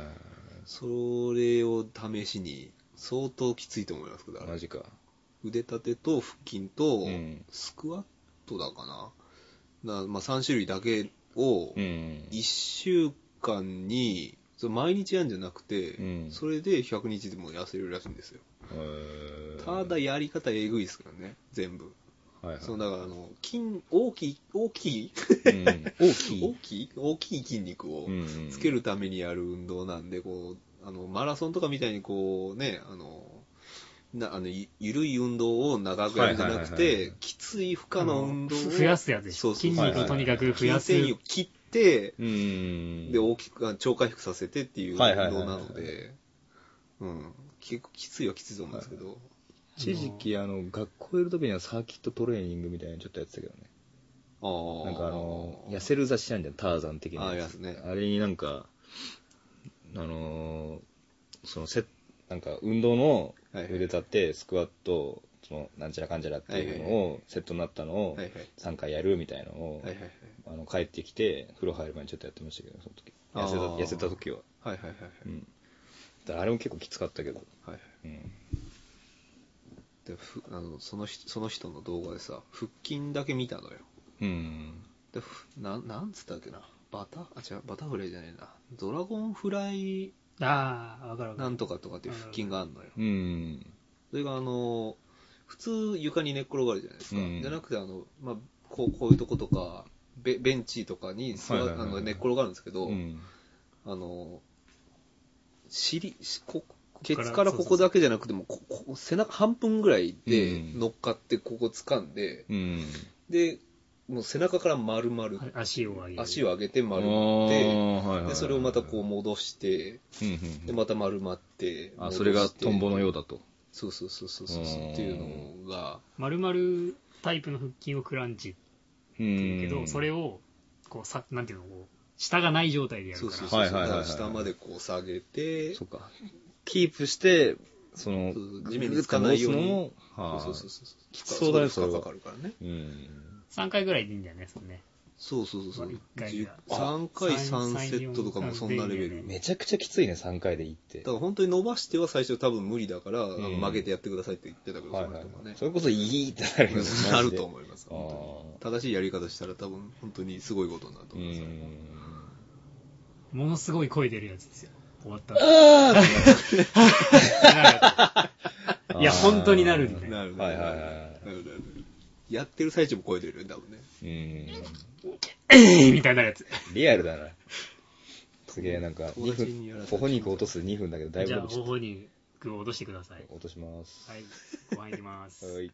[SPEAKER 2] それを試しに、相当きついと思いますけど、あれ
[SPEAKER 3] マジか。
[SPEAKER 2] 腕立てと腹筋と
[SPEAKER 3] うん
[SPEAKER 2] スクワットだかな、なまあ、3種類だけを
[SPEAKER 3] うん。
[SPEAKER 2] 1週間にそれ毎日やるんじゃなくて、
[SPEAKER 3] うん
[SPEAKER 2] それで100日でも痩せるらしいんですよ
[SPEAKER 3] えー
[SPEAKER 2] ただやり方えぐいですからね全部
[SPEAKER 3] はいはい
[SPEAKER 2] そのだからあの筋大きい大きい
[SPEAKER 3] うん大き
[SPEAKER 2] 大
[SPEAKER 3] い。
[SPEAKER 2] きい大きい筋肉を
[SPEAKER 3] うん
[SPEAKER 2] つけるためにやる運動なんでこうあのマラソンとかみたいにこうねあのなあのゆゆるい運動を長くやるんじゃなく
[SPEAKER 3] はいはいはいは
[SPEAKER 2] てきつい負荷の運動を
[SPEAKER 1] あのふ増やすやつでし
[SPEAKER 2] そう
[SPEAKER 1] ょ。
[SPEAKER 2] そう
[SPEAKER 1] 筋肉をとにかく増やす
[SPEAKER 2] 筋繊維を切って、
[SPEAKER 3] うん。
[SPEAKER 2] で、大きく、あ超回復させてっていう運動
[SPEAKER 3] はいはいはいはい
[SPEAKER 2] なので、うん。結構きついはきついと思うんですけど、
[SPEAKER 3] 一時期、あの、学校いる時にはサーキットトレーニングみたいなのちょっとやってたけどね。
[SPEAKER 2] ああ。
[SPEAKER 3] なんかあの、痩せる雑誌なんじゃん、ターザン的な
[SPEAKER 2] あーやつね
[SPEAKER 3] あれになんか、あのーそのセなんか運動の
[SPEAKER 2] はいはい
[SPEAKER 3] 腕立て、スクワット、そのなんちゃらかんちゃらっていうのを、セットになったのを
[SPEAKER 2] はいはい
[SPEAKER 3] 3回やるみたいなのを、
[SPEAKER 2] はいはいはい。
[SPEAKER 3] あの帰ってきて、風呂入る前にちょっとやってましたけど、その時。
[SPEAKER 2] あー
[SPEAKER 3] 痩せた、痩せた時は。
[SPEAKER 2] はいはいはいはい。
[SPEAKER 3] うん。だからあれも結構きつかったけど。
[SPEAKER 2] はいはい
[SPEAKER 3] うん。
[SPEAKER 2] でふあのその人その人の動画でさ腹筋だけ見たのよ
[SPEAKER 3] うん。
[SPEAKER 2] でふなんなんつったっけなバタあ違うバタフライじゃねえなドラゴンフライ
[SPEAKER 1] ああ、わかるわか
[SPEAKER 2] な
[SPEAKER 1] る。
[SPEAKER 2] んとかとかっていう腹筋があるのよ
[SPEAKER 3] うん。
[SPEAKER 2] それがあの普通床に寝っ転がるじゃないですか、
[SPEAKER 3] うん
[SPEAKER 2] じゃなくてあの、まあ、こうこういうとことかベベンチとかに座、
[SPEAKER 3] はいはいはいはい
[SPEAKER 2] あの寝っ転がるんですけど、
[SPEAKER 3] うん。
[SPEAKER 2] あの尻しこケツからここだけじゃなくてもここ背中半分ぐらいで
[SPEAKER 3] うん
[SPEAKER 2] 乗っかってここ掴んで、
[SPEAKER 3] うん。
[SPEAKER 2] で、もう背中から丸々、
[SPEAKER 1] はい足を上げる。
[SPEAKER 2] 足を上げて丸まって、
[SPEAKER 3] で
[SPEAKER 2] で、それをまたこう戻して、
[SPEAKER 3] うんうん
[SPEAKER 2] で、また丸まって、
[SPEAKER 3] あ、それがトンボのよう
[SPEAKER 2] だ。
[SPEAKER 3] だと。
[SPEAKER 2] そうそうそうそうそう、っていうのが、
[SPEAKER 1] 丸々タイプの腹筋をクランチって
[SPEAKER 3] う
[SPEAKER 1] 言うけど、それ
[SPEAKER 3] を。
[SPEAKER 1] を、こう、さ、なんていうの、こう、下がない状態でや
[SPEAKER 2] そ
[SPEAKER 1] る
[SPEAKER 2] う
[SPEAKER 1] か
[SPEAKER 2] そ
[SPEAKER 1] ら。
[SPEAKER 2] うそう、
[SPEAKER 3] はいはいはいはい
[SPEAKER 2] だから下までこう下げて、
[SPEAKER 3] そ
[SPEAKER 2] そう
[SPEAKER 3] か。キープして、その
[SPEAKER 2] そう、地面につかないようにうそうそう。そう。
[SPEAKER 3] きつそうだ
[SPEAKER 2] 負
[SPEAKER 3] ね
[SPEAKER 2] 荷
[SPEAKER 3] それは
[SPEAKER 2] かかるからね。
[SPEAKER 3] う。うん。
[SPEAKER 1] 3回ぐらいでいいんだよね、そのね。
[SPEAKER 2] そうそうそうそう
[SPEAKER 1] まあ一。回
[SPEAKER 2] じゅ
[SPEAKER 1] が
[SPEAKER 2] 3回
[SPEAKER 1] 三
[SPEAKER 2] 3セットとかもそんなレベ
[SPEAKER 1] 三
[SPEAKER 2] ル。
[SPEAKER 1] 四
[SPEAKER 3] めちゃくちゃきついね、3回でいいって。
[SPEAKER 2] だから本当に伸ばしては最初多分無理だから、あの
[SPEAKER 3] うん
[SPEAKER 2] 曲げてやってくださいって言ってたけど、
[SPEAKER 3] はい
[SPEAKER 2] そ
[SPEAKER 3] は
[SPEAKER 2] の
[SPEAKER 3] い
[SPEAKER 2] 人もね。
[SPEAKER 3] それこそいいってなるよね。
[SPEAKER 2] なると思います。
[SPEAKER 3] あー
[SPEAKER 2] 本当に正しいやり方したら多分本当にすごいことになると
[SPEAKER 3] う
[SPEAKER 2] 思います。
[SPEAKER 3] ん。
[SPEAKER 1] ものすごい声出るやつですよ。終わったら。 なるいや、本当になるんだよ。
[SPEAKER 2] なるほど。
[SPEAKER 3] はいはいはい
[SPEAKER 2] なるほど。やってる最中も超えてるよね、多分ね。
[SPEAKER 3] うん。
[SPEAKER 1] えーみたいになるやつ。
[SPEAKER 3] リアルだな。すげえ、なんか、
[SPEAKER 2] 友達にやら
[SPEAKER 3] 2分、
[SPEAKER 2] せて
[SPEAKER 3] 頬肉落とす2分だけど、だいぶ
[SPEAKER 1] じゃあ、
[SPEAKER 3] 伸びちゃっ
[SPEAKER 1] 頬に具を落としてください
[SPEAKER 3] た。落とします。
[SPEAKER 1] はい。ご飯いきます。
[SPEAKER 3] はい。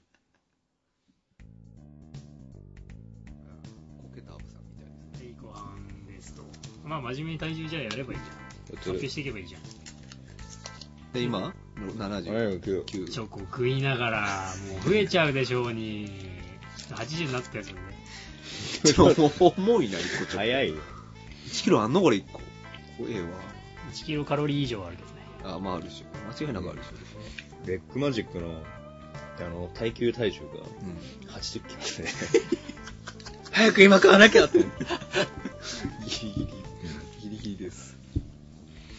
[SPEAKER 2] コケターブさんみたいです
[SPEAKER 1] は
[SPEAKER 2] ね。
[SPEAKER 1] い、ご飯ですと。まあ、真面目に体重じゃあやればいいじゃん。発表していけばいいじゃん。
[SPEAKER 2] で、今、70。
[SPEAKER 3] 79。
[SPEAKER 2] 9
[SPEAKER 1] チョコ食いながら、もう増えちゃうでしょうに。80になったやつもね。
[SPEAKER 2] ちょっと重 いな、1個ちょっ
[SPEAKER 3] 早いよ。
[SPEAKER 2] と。1キロあんのこれ1個。怖え
[SPEAKER 1] 1キロカロリー以上あるけどね。
[SPEAKER 2] わ。あ、まああるでしょ。間違いなくあるでし
[SPEAKER 3] レックマジックの、あの、耐久体重が
[SPEAKER 2] ょ。うん。
[SPEAKER 3] 80キロですね。
[SPEAKER 2] 早く今買わなきゃって。ギリギリ。ギリギリです。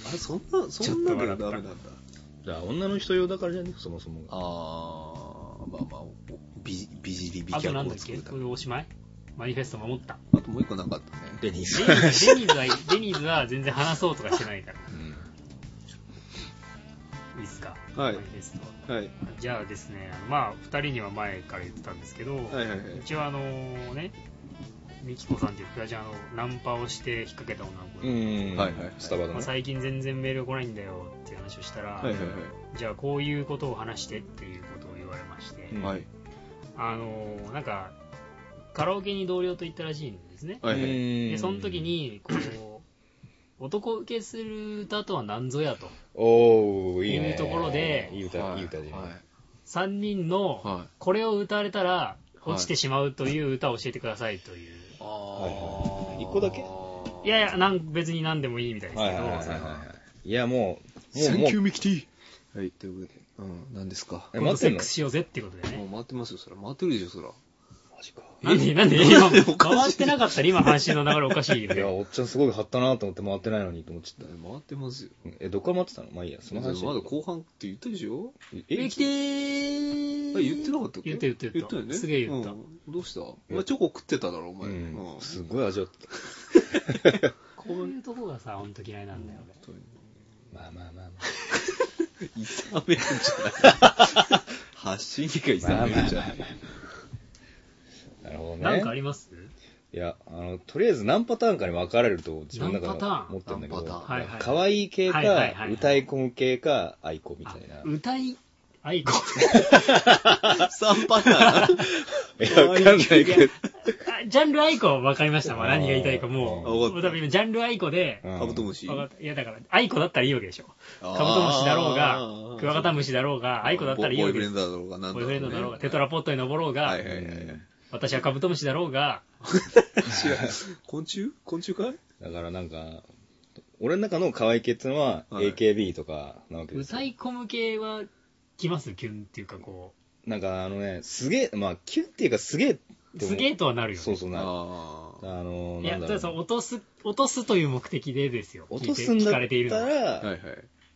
[SPEAKER 2] あれ、そんな、そんなのダメなんだ。
[SPEAKER 3] だから女の人用だからじゃねそもそもが。
[SPEAKER 2] あー、まあまあ、おビビジリビキ
[SPEAKER 1] あと
[SPEAKER 2] ャラ
[SPEAKER 1] なん
[SPEAKER 2] を
[SPEAKER 1] だっ
[SPEAKER 2] 作
[SPEAKER 1] け
[SPEAKER 2] るた
[SPEAKER 1] こ
[SPEAKER 2] め
[SPEAKER 1] れおしまいマニフェスト守った。
[SPEAKER 2] あともう一個なんかあったね。
[SPEAKER 3] デニ
[SPEAKER 1] デ
[SPEAKER 3] ス
[SPEAKER 1] ニ。ーデニーズは、デニ ーズは全然話そうとかしてないから。いいっすか。
[SPEAKER 2] はい
[SPEAKER 1] マニフェストは
[SPEAKER 2] はい。
[SPEAKER 1] じゃあですね、まあ、2人には前から言ってたんですけど、
[SPEAKER 2] はいはいはい。
[SPEAKER 1] 一応あのね、みきこさんっていう福田ちゃんをナンパをして引っ掛けた女の子
[SPEAKER 3] う
[SPEAKER 1] に、
[SPEAKER 3] ん。
[SPEAKER 2] はいはい
[SPEAKER 3] スタバだ
[SPEAKER 1] まあ、
[SPEAKER 3] ね。
[SPEAKER 1] 最近全然メール来ないんだよっていう話をしたら、
[SPEAKER 2] はいはい
[SPEAKER 1] じゃあこういうことを話してっていうことを言われまして、
[SPEAKER 3] うん
[SPEAKER 2] はい。
[SPEAKER 1] あのなんか、カラオケに同僚と行ったらしいんですね。
[SPEAKER 2] はいはいはい。
[SPEAKER 1] で、その時。に、こう、男受けする歌とは何ぞやと。
[SPEAKER 3] おー、いいね。
[SPEAKER 1] いうところで
[SPEAKER 3] いい歌、いい歌で。
[SPEAKER 2] はい。
[SPEAKER 1] 3人の、
[SPEAKER 2] はい。
[SPEAKER 1] これを歌われたら、
[SPEAKER 2] い
[SPEAKER 1] 落ちてしまうという歌を教えてくださいという。
[SPEAKER 2] あ
[SPEAKER 3] はいはい
[SPEAKER 2] ー
[SPEAKER 3] 一個だけ
[SPEAKER 1] いやいや、なん別に何でもいいみたいです
[SPEAKER 3] は
[SPEAKER 1] け
[SPEAKER 3] いはい
[SPEAKER 1] ど、
[SPEAKER 3] はいはい
[SPEAKER 1] その
[SPEAKER 3] はい。いや、もう、もう、も
[SPEAKER 2] センキュー
[SPEAKER 3] う、
[SPEAKER 2] ミキティはい、ということで。うん、何ですか。
[SPEAKER 3] え
[SPEAKER 1] 今度
[SPEAKER 3] 待
[SPEAKER 1] セ
[SPEAKER 3] ってん
[SPEAKER 1] ッ
[SPEAKER 3] の
[SPEAKER 1] クスしようぜっていうことで
[SPEAKER 2] も
[SPEAKER 1] ね
[SPEAKER 2] う。回ってますよ、そら。回ってるでしょ、そら。
[SPEAKER 3] マジか。
[SPEAKER 1] なんで、なんで、今、
[SPEAKER 2] おかしい
[SPEAKER 1] 回ってなかったら今、話の流れおかしいよ
[SPEAKER 3] いや、
[SPEAKER 1] ね。
[SPEAKER 3] おっちゃんすごい張ったなと思って回ってないのにと思っちゃっ
[SPEAKER 2] 回ってますよ。
[SPEAKER 3] た。え、どこから回ってたのまあいいや、そ
[SPEAKER 2] まだ
[SPEAKER 3] の話。
[SPEAKER 2] 後半って言ったでしょ
[SPEAKER 3] え、
[SPEAKER 1] え、来てー
[SPEAKER 2] あ言ってなかったっけ
[SPEAKER 1] 言って言って言
[SPEAKER 2] 言
[SPEAKER 1] っ
[SPEAKER 2] ったたよね。
[SPEAKER 1] すげえ言った
[SPEAKER 2] うんどうしたお前チョコ食ってただろ、お
[SPEAKER 3] う
[SPEAKER 2] 前。うん
[SPEAKER 3] ん。すごい味わってた。
[SPEAKER 1] こういうとこがさ、ほんと嫌いなんだよ、俺。
[SPEAKER 3] まあまあまあまあ。
[SPEAKER 2] いさめるんじゃない発信機がいさめるんじゃない
[SPEAKER 3] なるほどね。
[SPEAKER 1] なんかあります
[SPEAKER 3] いや、あの、とりあえず何パターンかに分かれると自分の中
[SPEAKER 1] 何パターン
[SPEAKER 3] で思ってるんだけど、
[SPEAKER 2] 何パタ
[SPEAKER 1] ーンはいはい
[SPEAKER 3] 可愛い系か、
[SPEAKER 1] はいはいはい
[SPEAKER 3] 歌い込む系か、愛子みた
[SPEAKER 1] あ
[SPEAKER 3] いな。
[SPEAKER 1] 歌い、アイコン。
[SPEAKER 2] 3パターン
[SPEAKER 3] いや、わかんないけど。
[SPEAKER 1] あジャンル愛好分かりました。まあ
[SPEAKER 3] あー
[SPEAKER 1] 何が言いたいかも
[SPEAKER 2] あわ
[SPEAKER 1] う。
[SPEAKER 2] か
[SPEAKER 1] もう
[SPEAKER 2] った
[SPEAKER 1] 多分今ジャンル愛好で、
[SPEAKER 3] うん
[SPEAKER 2] カブトムシ。
[SPEAKER 1] 分かったいやだから、愛子だったらいいわけでしょ。
[SPEAKER 2] あー
[SPEAKER 1] カブトムシだろう
[SPEAKER 2] あ
[SPEAKER 1] が
[SPEAKER 2] ー、
[SPEAKER 1] クワガタムシだろうが、愛子だったらいい
[SPEAKER 2] ボ
[SPEAKER 1] わ
[SPEAKER 2] ボーイ
[SPEAKER 1] け
[SPEAKER 2] フ
[SPEAKER 1] で
[SPEAKER 2] レ
[SPEAKER 1] す
[SPEAKER 2] ン。ドだろうが、なん
[SPEAKER 1] ボ
[SPEAKER 2] だ
[SPEAKER 1] ーイフレ
[SPEAKER 2] ろうね
[SPEAKER 1] ンドだろうが、テトラポットに登ろうが
[SPEAKER 2] はい、はいはいはい。
[SPEAKER 1] 私はカブトムシだろうが、
[SPEAKER 2] 知らん昆虫昆虫かい
[SPEAKER 3] だからなんか、俺の中の可愛い系っていうのは
[SPEAKER 2] はい
[SPEAKER 3] AKB とかなわけですよ
[SPEAKER 1] 歌い込む系は来ますキュンっていうかこ
[SPEAKER 3] なんかあのね、すげえ、まあ、キュンっていうかすげえって
[SPEAKER 1] う、
[SPEAKER 3] 思う
[SPEAKER 1] すげえとはなるよね。
[SPEAKER 3] そうそうなる。あ
[SPEAKER 2] ああ。
[SPEAKER 3] の、
[SPEAKER 1] い
[SPEAKER 3] な
[SPEAKER 1] や、
[SPEAKER 3] んだ
[SPEAKER 1] ただ
[SPEAKER 3] ろう
[SPEAKER 1] そ
[SPEAKER 3] な
[SPEAKER 1] の。落とす、落とすという目的でですよ。
[SPEAKER 3] 落とす
[SPEAKER 1] 聞
[SPEAKER 3] ん
[SPEAKER 1] いて
[SPEAKER 3] だ
[SPEAKER 1] 聞かれている
[SPEAKER 3] っ
[SPEAKER 1] の
[SPEAKER 3] た
[SPEAKER 1] は。
[SPEAKER 2] はいは
[SPEAKER 3] ら、
[SPEAKER 2] い。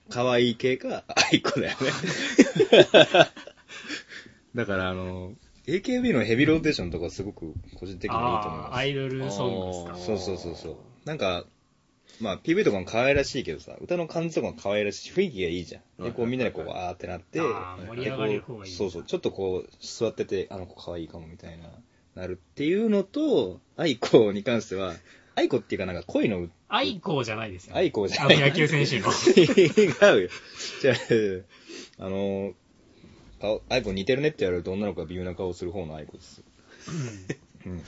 [SPEAKER 3] 可愛い系か、愛子だよね。 だからあの、AKB のヘビーローテーションとかすごく個人的にいいと思い
[SPEAKER 1] ああー、
[SPEAKER 3] ま
[SPEAKER 1] ア
[SPEAKER 3] す
[SPEAKER 1] イドルソングですか
[SPEAKER 2] あ。ー
[SPEAKER 3] そうそうそうそう。なんか、まあ、PV とかも可愛らしいけどさ、歌の感じとかも可愛らしいし、雰囲気がいいじゃん。で、こうみんなでこう、わーってなって、
[SPEAKER 1] あー盛り上がれる方がいい
[SPEAKER 3] でこうそうそう、ちょっとこう、座ってて、あの子可愛いかもみたいな、なるっていうのと、愛子に関しては、愛子っていうかなんか恋の、
[SPEAKER 1] 愛子じゃないですよ。
[SPEAKER 3] 愛子じゃ
[SPEAKER 1] あ
[SPEAKER 3] な
[SPEAKER 1] の
[SPEAKER 3] い。
[SPEAKER 1] 野球選手 の。
[SPEAKER 3] 違うよ。じゃあ、あの、顔、愛子似てるねって言われると女の子が微妙な顔をする方の愛子です。うん。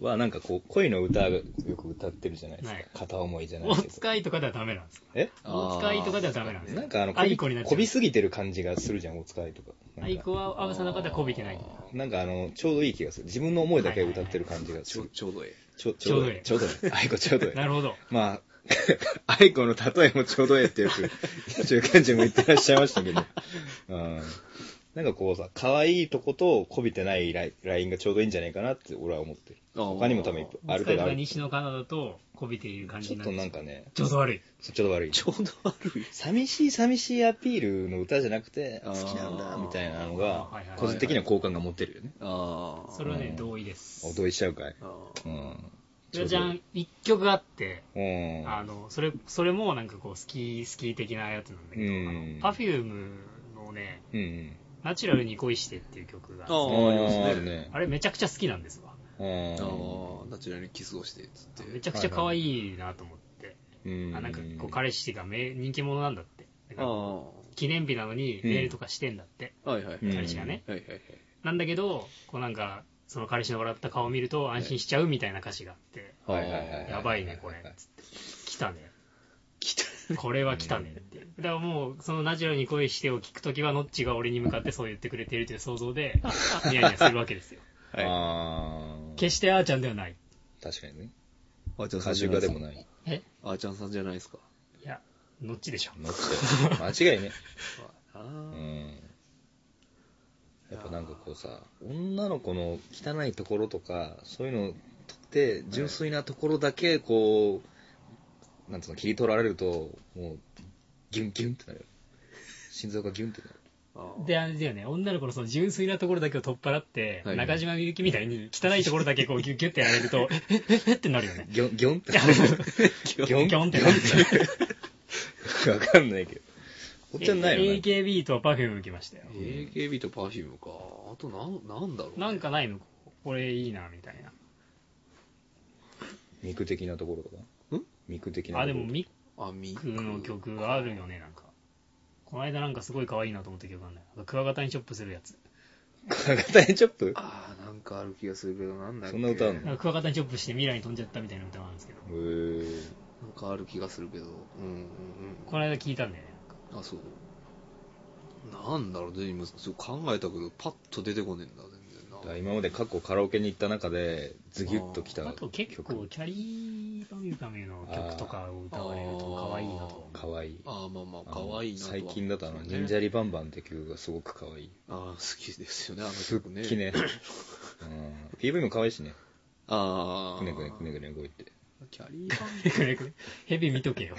[SPEAKER 3] は、なんかこう、恋の歌がよく歌ってるじゃないですか
[SPEAKER 1] はい。
[SPEAKER 3] 片思いじゃない
[SPEAKER 1] 大
[SPEAKER 3] けど。
[SPEAKER 1] 塚愛とかではダメなんですか
[SPEAKER 3] え
[SPEAKER 2] あー
[SPEAKER 1] 大塚愛とかではダメなんですか
[SPEAKER 3] なんかあの、こ
[SPEAKER 1] 愛
[SPEAKER 3] び
[SPEAKER 1] 子になっちゃ
[SPEAKER 3] こ
[SPEAKER 1] う
[SPEAKER 3] び。すぎてる感じがするじゃん、お使いとか。なん
[SPEAKER 1] 愛
[SPEAKER 3] か
[SPEAKER 1] 子は、安部さんの中ではこびてない。
[SPEAKER 3] なんかあの、ちょうどいい気がする。自分の思いだけ歌ってる感じがす
[SPEAKER 2] ちょ
[SPEAKER 3] る。
[SPEAKER 2] ちょうどえ
[SPEAKER 3] ちょちょうどいい。ちょうどいい。 愛子ちょうどいい。
[SPEAKER 1] なるほど。
[SPEAKER 3] まあ、 アイコの例えもちょうどええってよく、中間人も言ってらっしゃいましたけど、うん。なんかこうさ、可愛いとこと、こびてないライラインがちょうどいいんじゃないかなって俺は思ってる。
[SPEAKER 2] あー
[SPEAKER 3] 他にも多分いっぱいあ
[SPEAKER 1] 大
[SPEAKER 3] る
[SPEAKER 1] 塚
[SPEAKER 3] 程
[SPEAKER 1] 愛
[SPEAKER 3] 度あ
[SPEAKER 1] が
[SPEAKER 3] る。
[SPEAKER 1] 西野カナダとこびている感じ
[SPEAKER 3] ちょ
[SPEAKER 1] に
[SPEAKER 3] っ
[SPEAKER 1] な
[SPEAKER 3] と
[SPEAKER 1] る。
[SPEAKER 3] なんかね、
[SPEAKER 1] ちょうど悪い。
[SPEAKER 3] ちょっと悪い
[SPEAKER 2] ち。ょうど悪い。
[SPEAKER 3] 寂しい寂しいアピールの歌じゃなくて、
[SPEAKER 2] あ
[SPEAKER 3] 好
[SPEAKER 2] ー
[SPEAKER 3] きなんだ、みたいなの
[SPEAKER 1] あー
[SPEAKER 3] が
[SPEAKER 1] はいはいはい、
[SPEAKER 3] 個人的には好感が持ってるよね。
[SPEAKER 2] ああ。
[SPEAKER 1] それは
[SPEAKER 3] う
[SPEAKER 1] ね
[SPEAKER 3] ん、
[SPEAKER 1] 同意です。
[SPEAKER 3] お、同意しちゃうかい。
[SPEAKER 2] あー
[SPEAKER 3] うん。
[SPEAKER 1] じゃじゃ、
[SPEAKER 3] ちょうん
[SPEAKER 1] 一曲あって、
[SPEAKER 3] どいい。
[SPEAKER 1] あの、それ、それもなんかこう、スキー、スキー的なやつなんだけど、あ
[SPEAKER 3] うん
[SPEAKER 1] の、パフュームのね、
[SPEAKER 3] うん。うん。
[SPEAKER 1] ナチュラルに恋してっていう曲があるん
[SPEAKER 2] あ
[SPEAKER 1] ですよ
[SPEAKER 2] ーありますね
[SPEAKER 3] あるね。
[SPEAKER 1] あれめちゃくちゃ好きなんですわ。
[SPEAKER 3] うん
[SPEAKER 2] あーナチュラルにキスをして、つっ
[SPEAKER 1] め
[SPEAKER 2] て。
[SPEAKER 1] ちゃくちゃ可愛いなと思って。
[SPEAKER 3] うん
[SPEAKER 1] あなんかこう、彼氏がめ人気者なんだって。だ
[SPEAKER 2] あ
[SPEAKER 1] から
[SPEAKER 2] あ。
[SPEAKER 1] 記念日なのにメールとかしてんだって、
[SPEAKER 2] はいはい。はい
[SPEAKER 3] うん
[SPEAKER 1] 彼氏がね。
[SPEAKER 2] はいはい。
[SPEAKER 1] なんだけど、こうなんか、その彼氏の笑った顔を見ると安心しちゃうみたいな歌詞があって、
[SPEAKER 3] はいはいはい
[SPEAKER 1] やばいね、これ。つって。来たね。来た。これは来たねっていう。だからもう、そのナジュラルに恋してを聞くときは、ノッチが俺に向かってそう言ってくれているという想像で、ニヤニヤするわけですよ。
[SPEAKER 2] はい
[SPEAKER 3] ああ。
[SPEAKER 1] 決してあーちゃんではない。
[SPEAKER 3] 確かにね。
[SPEAKER 2] あーちゃんさ
[SPEAKER 3] 歌
[SPEAKER 2] んじ
[SPEAKER 3] 手
[SPEAKER 2] ゃな
[SPEAKER 3] 家
[SPEAKER 2] いで
[SPEAKER 3] ですも
[SPEAKER 2] か。
[SPEAKER 3] ない。
[SPEAKER 1] え
[SPEAKER 2] あーちゃんさんじゃないですか。
[SPEAKER 1] いや、ノッチでしょ。
[SPEAKER 3] なっちゃう 間違いね。
[SPEAKER 2] あ
[SPEAKER 3] う
[SPEAKER 2] ー
[SPEAKER 3] ん。やっぱなんかこうさ、女の子の汚いところとか、そういうのって、純粋なところだけ、こう、なんつうの、切り取られると、もう、ギュンギュンってなるよ。心臓がギュンってなる。
[SPEAKER 2] あー。
[SPEAKER 1] で、あれだよね、女の子のその純粋なところだけを取っ払って、
[SPEAKER 2] はい
[SPEAKER 1] 中島みゆきみたいに汚いところだけこうギュッギュッてやられると、え、え、え、えってなるよね。
[SPEAKER 3] ギョン、ギョンって なる。ギ
[SPEAKER 1] ギョンギョンってなる。
[SPEAKER 3] わかんないけど。おっちゃんないのなんか
[SPEAKER 1] AKB と Perfume 来ましたよ。
[SPEAKER 2] AKB と Perfume か。あとなん、なんだろう。
[SPEAKER 1] なんかないのこれいいな、みたい
[SPEAKER 3] 肉的なところとか。
[SPEAKER 2] ん
[SPEAKER 3] 肉的な
[SPEAKER 1] な。あ、でも ミ
[SPEAKER 2] あ、ミ
[SPEAKER 1] ックの曲あるよね、なんか。この間なんかすごい可愛いなと思った曲なんだよ。クワガタにチョップするやつ。
[SPEAKER 3] かがたいチョップ
[SPEAKER 2] ああ、なんかある気がするけど、なんだっけ
[SPEAKER 3] そんな歌あんの
[SPEAKER 1] なんかクワガタにチョップして未来に飛んじゃったみたいな歌があるんですけど、
[SPEAKER 3] へー
[SPEAKER 2] なんかある気がするけど。うんうん
[SPEAKER 1] この間聞いたんだよね。
[SPEAKER 2] うん。あ、そう。なんだろうね、今、そう考えたけど、パッと出てこねえんだ、全然な
[SPEAKER 3] だから今まで過去カラオケに行った中でズギュッときた
[SPEAKER 1] あと結構
[SPEAKER 3] 曲
[SPEAKER 1] キャリーバミューバミューの曲とかを歌われると可愛いなと思う。
[SPEAKER 3] かわいい
[SPEAKER 2] ああ、まあまあ、
[SPEAKER 3] あの
[SPEAKER 2] 可愛いなとは
[SPEAKER 3] 最近だとあの「
[SPEAKER 2] そうね
[SPEAKER 3] 忍者リバンバン」って曲がすごくかわいい
[SPEAKER 2] ああ、好きですよね、あの
[SPEAKER 3] すっ
[SPEAKER 2] 曲ね。
[SPEAKER 3] きねうん。PV もかわいいしね
[SPEAKER 2] ああ。
[SPEAKER 3] くねくねくねくね動いて
[SPEAKER 2] キャリーバンバン。
[SPEAKER 1] これこれヘビ見と けよ。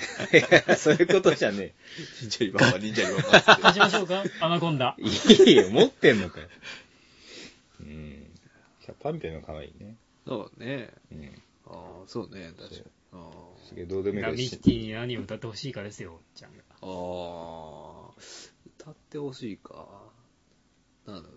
[SPEAKER 3] そういうことじゃね
[SPEAKER 2] 忍者リバンバン、忍者リバンバンっつって。
[SPEAKER 1] 出しましょうかアナコンダ。
[SPEAKER 3] え いいよ持ってんのかようんキャパンピョンもかわいいね
[SPEAKER 2] そうね。
[SPEAKER 3] うん
[SPEAKER 2] ああ、そうね、確かに。あ
[SPEAKER 3] すげえどうでもいい
[SPEAKER 1] ラ
[SPEAKER 3] ら
[SPEAKER 1] ビ
[SPEAKER 3] し
[SPEAKER 1] キティに何を歌ってほしいかですよ、おっちゃんが。
[SPEAKER 2] あ。ああ。歌ってほしいか。なのね。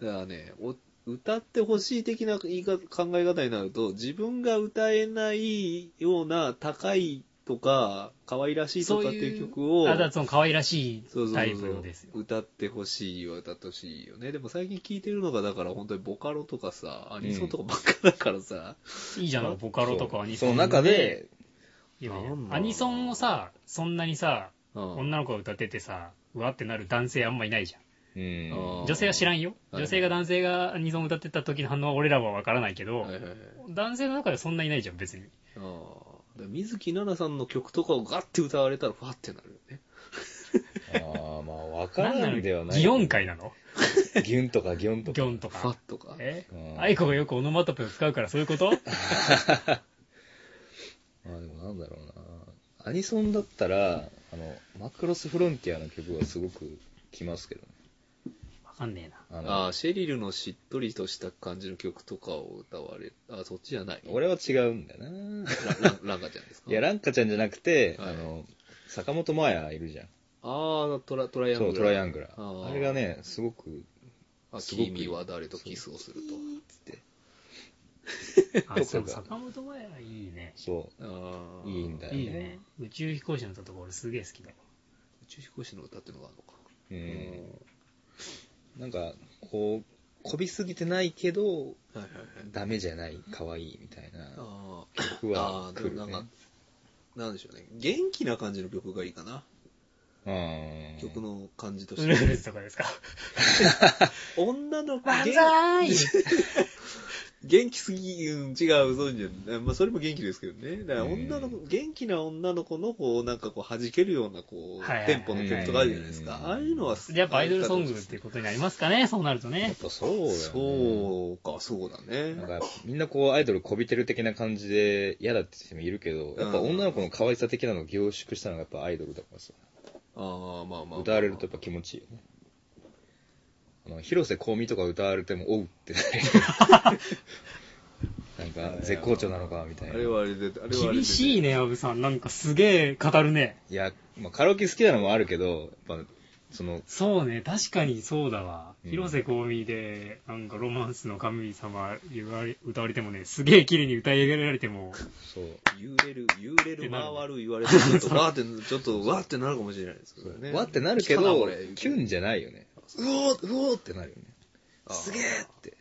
[SPEAKER 2] だからね、お歌ってほしい的な言い方考え方になると、自分が歌えないような高いとか、可愛らしいとかっていう曲を、
[SPEAKER 1] あ、だからその可愛らしい
[SPEAKER 2] そうそう
[SPEAKER 1] タイ
[SPEAKER 2] そ
[SPEAKER 1] プ
[SPEAKER 2] う
[SPEAKER 1] のですよ。
[SPEAKER 2] 歌ってほしいは歌ってほしいよね。でも最近聴いてるのが、だから本当にボカロとかさ、アニソンとかばっかだからさ、
[SPEAKER 1] いいじゃん、ボカロとかアニソン。
[SPEAKER 3] そうその中で、
[SPEAKER 1] いやいや
[SPEAKER 2] なんだ
[SPEAKER 1] アニソンをさ、そんなにさ、
[SPEAKER 2] うん
[SPEAKER 1] 女の子が歌っててさ、うわってなる男性あんまいないじゃん。
[SPEAKER 3] うん
[SPEAKER 2] あー
[SPEAKER 1] 女性は知らんよ。
[SPEAKER 2] はいはい
[SPEAKER 1] 女性が男性がアニソン歌ってた時の反応は俺らはわからないけど、
[SPEAKER 2] はいはいはい
[SPEAKER 1] 男性の中ではそんないないじゃん、別に。
[SPEAKER 2] あーだから水木奈々さんの曲とかをガッて歌われたら、ファってなるよね。
[SPEAKER 3] ああ、まあ、わからんではない。
[SPEAKER 1] 擬音会なの
[SPEAKER 3] ギュンとかギョン
[SPEAKER 1] ギ
[SPEAKER 3] とか。
[SPEAKER 1] ョンと
[SPEAKER 2] ファ
[SPEAKER 1] か。
[SPEAKER 2] とか。
[SPEAKER 1] え
[SPEAKER 3] うん
[SPEAKER 1] アイコがよくオノマトペを使うからそういうこと
[SPEAKER 3] まあでもなんだろうな。アニソンだったら、あの、マクロスフロンティアの曲はすごくきますけどね。
[SPEAKER 1] わかんねえな。
[SPEAKER 3] あの
[SPEAKER 2] ああ、シェリルのしっとりとした感じの曲とかを歌われ、あ、そっちじゃない。
[SPEAKER 3] 俺は違うんだよな。
[SPEAKER 2] ラ ラランカちゃんですか
[SPEAKER 3] いや、ランカちゃんじゃなくて、
[SPEAKER 2] はい
[SPEAKER 3] あの、坂本真綾いるじゃん。
[SPEAKER 2] ああ、トラトライアングル。
[SPEAKER 3] そう、トライアングラ
[SPEAKER 2] あ
[SPEAKER 3] ー。
[SPEAKER 2] ー
[SPEAKER 3] あれがね、すごく、
[SPEAKER 2] あ
[SPEAKER 3] すごく
[SPEAKER 2] 君は誰とキスをすると。
[SPEAKER 3] つって、
[SPEAKER 1] あ、
[SPEAKER 3] そ
[SPEAKER 1] そうう、
[SPEAKER 3] か
[SPEAKER 1] 坂本真綾いいね。
[SPEAKER 3] そ
[SPEAKER 2] あ
[SPEAKER 3] う、いいんだよね。
[SPEAKER 1] いいね。宇宙飛行士の歌とか俺すげえ好きだよ。
[SPEAKER 2] 宇宙飛行士の歌ってのがあるのか。
[SPEAKER 3] うん。なんか、こう、こびすぎてないけど、
[SPEAKER 2] はいはいはい。
[SPEAKER 3] ダメじゃない、可愛いみたいな
[SPEAKER 2] あ
[SPEAKER 3] 曲
[SPEAKER 2] ー
[SPEAKER 3] は
[SPEAKER 2] あー、
[SPEAKER 3] 来
[SPEAKER 2] で
[SPEAKER 3] る、
[SPEAKER 2] も
[SPEAKER 3] ね。
[SPEAKER 2] なんか、なんでしょうね。元気な感じの曲がいいかな。
[SPEAKER 3] うん。
[SPEAKER 2] 曲の感じと
[SPEAKER 1] ウ
[SPEAKER 2] し
[SPEAKER 1] ル フ
[SPEAKER 2] て。
[SPEAKER 1] ルズとかですか
[SPEAKER 2] 女の子
[SPEAKER 1] 万
[SPEAKER 2] 元
[SPEAKER 1] 歳
[SPEAKER 2] 元気すぎ、うん、違う、そうじゃない。まあ、それも元気ですけどね。だから女の子、元気な女の子の、こう、なんかこう、弾けるような、こう、
[SPEAKER 1] はいはい
[SPEAKER 2] テンポの曲とかあるじゃないですか。
[SPEAKER 3] うん
[SPEAKER 2] ああいうのはす、
[SPEAKER 1] やっぱアイドルソングっていうことになりますかね、そうなると
[SPEAKER 3] や
[SPEAKER 1] ね
[SPEAKER 3] っ。ぱそうだよ、ね。
[SPEAKER 2] そうか、そうだね。
[SPEAKER 3] なんか、みんなこう、アイドルこびてる的な感じで嫌だって人もいるけど、やっぱ女の子の可愛さ的なのを凝縮したのがやっぱアイドルだからさ。
[SPEAKER 2] ああ、まあまあ。
[SPEAKER 3] 歌われるとやっぱ気持ちいいよね。あの、広瀬香美とか歌われても、おうってな るなんか、絶好調なのか、みたい
[SPEAKER 2] あ
[SPEAKER 3] な。
[SPEAKER 2] れはあれで、あれはあれで。
[SPEAKER 1] 厳しいね、アブさん。なんかすげえ語るね。
[SPEAKER 3] いや、まあ、カラオケ好きなのもあるけど、やっぱ、その、
[SPEAKER 1] そうね、確かにそうだわ。
[SPEAKER 3] うん
[SPEAKER 1] 広瀬香美で、なんかロマンスの神様言われ歌われてもね、すげえ綺麗に歌い上げられて も、
[SPEAKER 3] そう、
[SPEAKER 2] 揺れる、揺れる、回る、言われてると、わーって、ちょっと、わーってなるかもしれないですけどね。
[SPEAKER 3] わってなる
[SPEAKER 2] 来
[SPEAKER 3] け
[SPEAKER 2] たな
[SPEAKER 3] ど
[SPEAKER 2] 俺、
[SPEAKER 3] キュンじゃないよね。うおーうおーってなるよね。
[SPEAKER 2] あー
[SPEAKER 3] すげーって。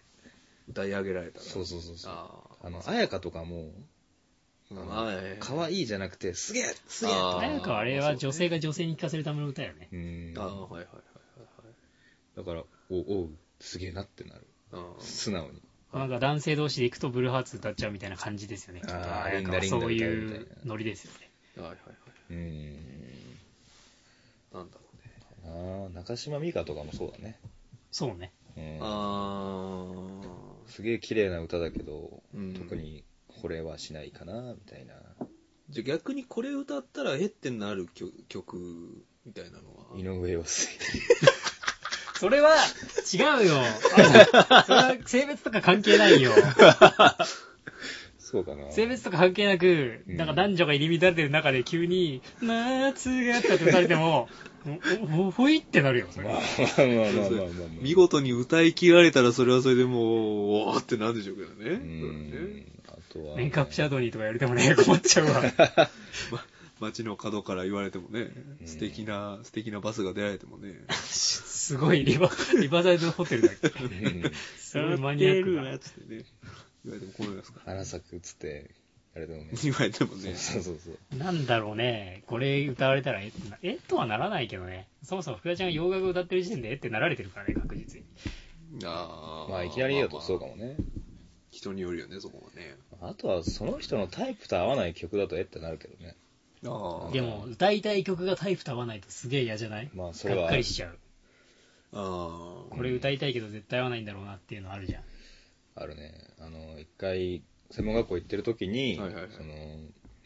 [SPEAKER 2] 歌い上げられたら。
[SPEAKER 3] そうそうそうそう。
[SPEAKER 2] あ
[SPEAKER 3] あの、彩香とかも、
[SPEAKER 2] ー
[SPEAKER 3] あの
[SPEAKER 2] はい。
[SPEAKER 3] 可愛いじゃなくて、すげえすげえ
[SPEAKER 2] あー
[SPEAKER 1] なんかあれは女性が女性に聞かせるための歌よね。
[SPEAKER 3] うん。
[SPEAKER 2] あ
[SPEAKER 3] だ
[SPEAKER 2] あ、
[SPEAKER 3] か
[SPEAKER 2] はいはいはい
[SPEAKER 3] ら、お、おう、すげえなってなる。
[SPEAKER 2] はいはい。
[SPEAKER 3] 素直に。
[SPEAKER 1] なんか男性同士で行くとブルーハーツ歌っちゃうみたいな感じですよね。
[SPEAKER 3] あー
[SPEAKER 1] きっとなんか
[SPEAKER 3] リンダリンダ
[SPEAKER 1] そうい
[SPEAKER 3] 歌うみ
[SPEAKER 1] う
[SPEAKER 3] たいな
[SPEAKER 1] ノリですよね。
[SPEAKER 2] ああはいはいはい。
[SPEAKER 3] うん。
[SPEAKER 2] なんだろうね。
[SPEAKER 3] あー中島美嘉とかもそうだね。
[SPEAKER 1] そうね。
[SPEAKER 3] うん、
[SPEAKER 2] あ
[SPEAKER 3] すげえ綺麗な歌だけど、
[SPEAKER 2] うん
[SPEAKER 3] 特にこれはしないかな、みたいな。
[SPEAKER 2] ーじゃあ逆にこれ歌ったら、えってなる曲曲みたいなのは。
[SPEAKER 3] 井上陽水。
[SPEAKER 1] それは違うよ。あのそれは性別とか関係ないよ。
[SPEAKER 3] そうかな。
[SPEAKER 1] 性別とか関係なく、
[SPEAKER 3] うん
[SPEAKER 1] なんか男女が入り乱れてる中で急に、夏があったって歌われても、 おおほいってなるよ、そ
[SPEAKER 3] まあ
[SPEAKER 1] れ。
[SPEAKER 3] まあまあまあまあまあ。
[SPEAKER 2] 見事に歌い切られたら、それはそれでもう、おーってなんでしょうけどね。
[SPEAKER 3] う
[SPEAKER 2] それはね
[SPEAKER 3] ん。あとは、
[SPEAKER 1] メイクアップシャドウにとかやれてもね、 困っちゃうわ。
[SPEAKER 2] 街の角から言われてもね、素敵な、素敵なバスが出られてもね。
[SPEAKER 1] すごいリバ、リバサイドホテルだっけ
[SPEAKER 3] うん
[SPEAKER 1] すごいマニア ック
[SPEAKER 2] や
[SPEAKER 1] な。
[SPEAKER 2] つってね。言われても困りますか
[SPEAKER 3] 花咲くっつって、あれで もね。
[SPEAKER 2] 言われても
[SPEAKER 3] そう
[SPEAKER 2] ね。
[SPEAKER 3] そうそうそう。
[SPEAKER 1] なんだろうね、これ歌われたらえってな、えとはならないけどね。そもそも福田ちゃんが洋楽歌ってる時点でえってなられてるからね、確実に。
[SPEAKER 2] あー
[SPEAKER 3] まあいきなり言うとそう
[SPEAKER 2] まあ
[SPEAKER 3] かもね。
[SPEAKER 2] まあ人によるよね、そこはね。
[SPEAKER 3] あとはその人のタイプと合わない曲だとえってなるけどね。
[SPEAKER 2] あ
[SPEAKER 1] でも、歌いたい曲がタイプと合わないとすげえ嫌じゃない
[SPEAKER 3] まあそれは
[SPEAKER 1] がっかりしちゃう。
[SPEAKER 2] あー。
[SPEAKER 1] これ歌いたいけど絶対合わないんだろうなっていうのあるじゃん。
[SPEAKER 3] あるね。あの、一回、専門学校行ってる時に、
[SPEAKER 2] はいはいはい
[SPEAKER 3] その、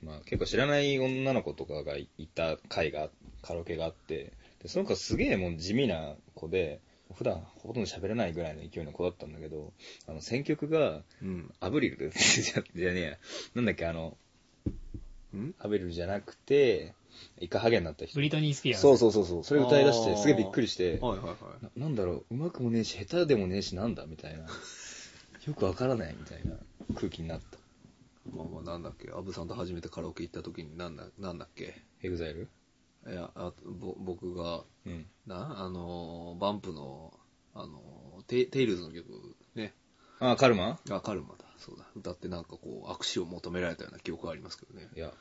[SPEAKER 3] まあ結構知らない女の子とかがいた会が、カラオケがあって、でその子すげえもう地味な子で、普段ほとんど喋れないぐらいの勢いの子だったんだけど、あの、選曲が、
[SPEAKER 2] うん。
[SPEAKER 3] アブリルじゃ じゃねえや。なんだっけ、あの、
[SPEAKER 2] ん
[SPEAKER 3] アブリルじゃなくて、イカハゲになった人
[SPEAKER 1] ブ。リトニー・スピアーズ。
[SPEAKER 3] そうそうそうそう。それ歌い出し
[SPEAKER 2] あ
[SPEAKER 3] て、
[SPEAKER 2] ー
[SPEAKER 3] すげえびっくりして、
[SPEAKER 2] はいはいはい。
[SPEAKER 3] ななんだろう、うまくもねえし、下手でもねえし、なんだみたいな。よくわからないみたいな空気になった。
[SPEAKER 2] あまあまあなんだっけ、アブさんと初めてカラオケ行った時になんだ、なんだっけ。
[SPEAKER 3] エグザイル
[SPEAKER 2] いや、あぼ僕が、
[SPEAKER 3] うん。
[SPEAKER 2] な、あの、バンプの、あの、テイテイルズの曲、ね。
[SPEAKER 3] あ、カルマン
[SPEAKER 2] あ、カルマだ。そうだ。歌ってなんかこう、握手を求められたような記憶がありますけどね。
[SPEAKER 3] いや、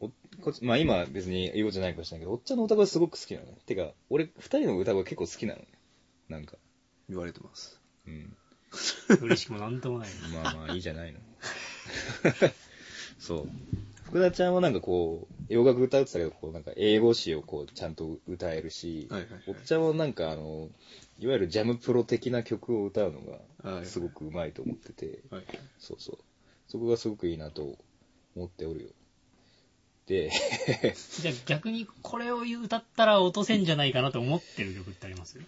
[SPEAKER 3] おこっちまあ今別に言うことじゃないかもしれないけど、おっちゃんの歌声すごく好きなのね。てか、俺二人の歌声結構好きなのね。なんか。
[SPEAKER 2] 言われてます。
[SPEAKER 3] うん。
[SPEAKER 1] 嬉しくもなんともないな。
[SPEAKER 3] まあまあいいじゃない の。そう。福田ちゃんはなんかこう、洋楽歌うってたけど、こうなんか英語詞をこうちゃんと歌えるし、
[SPEAKER 2] はいはいはい
[SPEAKER 3] おっちゃんはなんかあの、いわゆるジャムプロ的な曲を歌うの
[SPEAKER 2] は
[SPEAKER 3] が、
[SPEAKER 2] い
[SPEAKER 3] すごくうまいと思ってて、
[SPEAKER 2] はい。
[SPEAKER 3] そうそう。そこがすごくいいなと思っておるよ。で、
[SPEAKER 1] じゃあ逆にこれを歌ったら落とせんじゃないかなと思ってる曲ってあります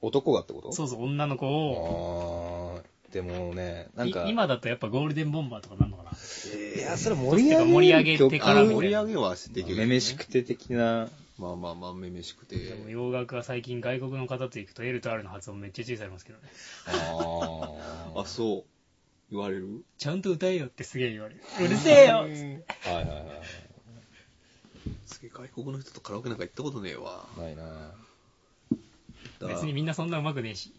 [SPEAKER 3] 男がってこと
[SPEAKER 1] そうそう、女の子を。
[SPEAKER 3] あーでもね、なんか、
[SPEAKER 1] い今だとやっぱゴールデンボンバーとかなんのかな。
[SPEAKER 3] いや、それ盛り上げ
[SPEAKER 1] 盛り上げてから
[SPEAKER 3] 曲
[SPEAKER 2] 盛り上げはして
[SPEAKER 3] めめしくて的な、
[SPEAKER 2] まあまあまあ、めめしく
[SPEAKER 1] でも
[SPEAKER 2] て。
[SPEAKER 1] 洋楽は最近外国の方と行くと L と R の発音めっちゃ注意されますけどね。
[SPEAKER 3] あ
[SPEAKER 2] あ、そう。言われる
[SPEAKER 1] ちゃんと歌えよってすげえ言われる。うるせえよ
[SPEAKER 3] ーはいはいはい。
[SPEAKER 2] すげえ外国の人とカラオケなんか行ったことねえわ。
[SPEAKER 3] ないな
[SPEAKER 2] だ
[SPEAKER 1] 別にみんなそんな上手くねえし。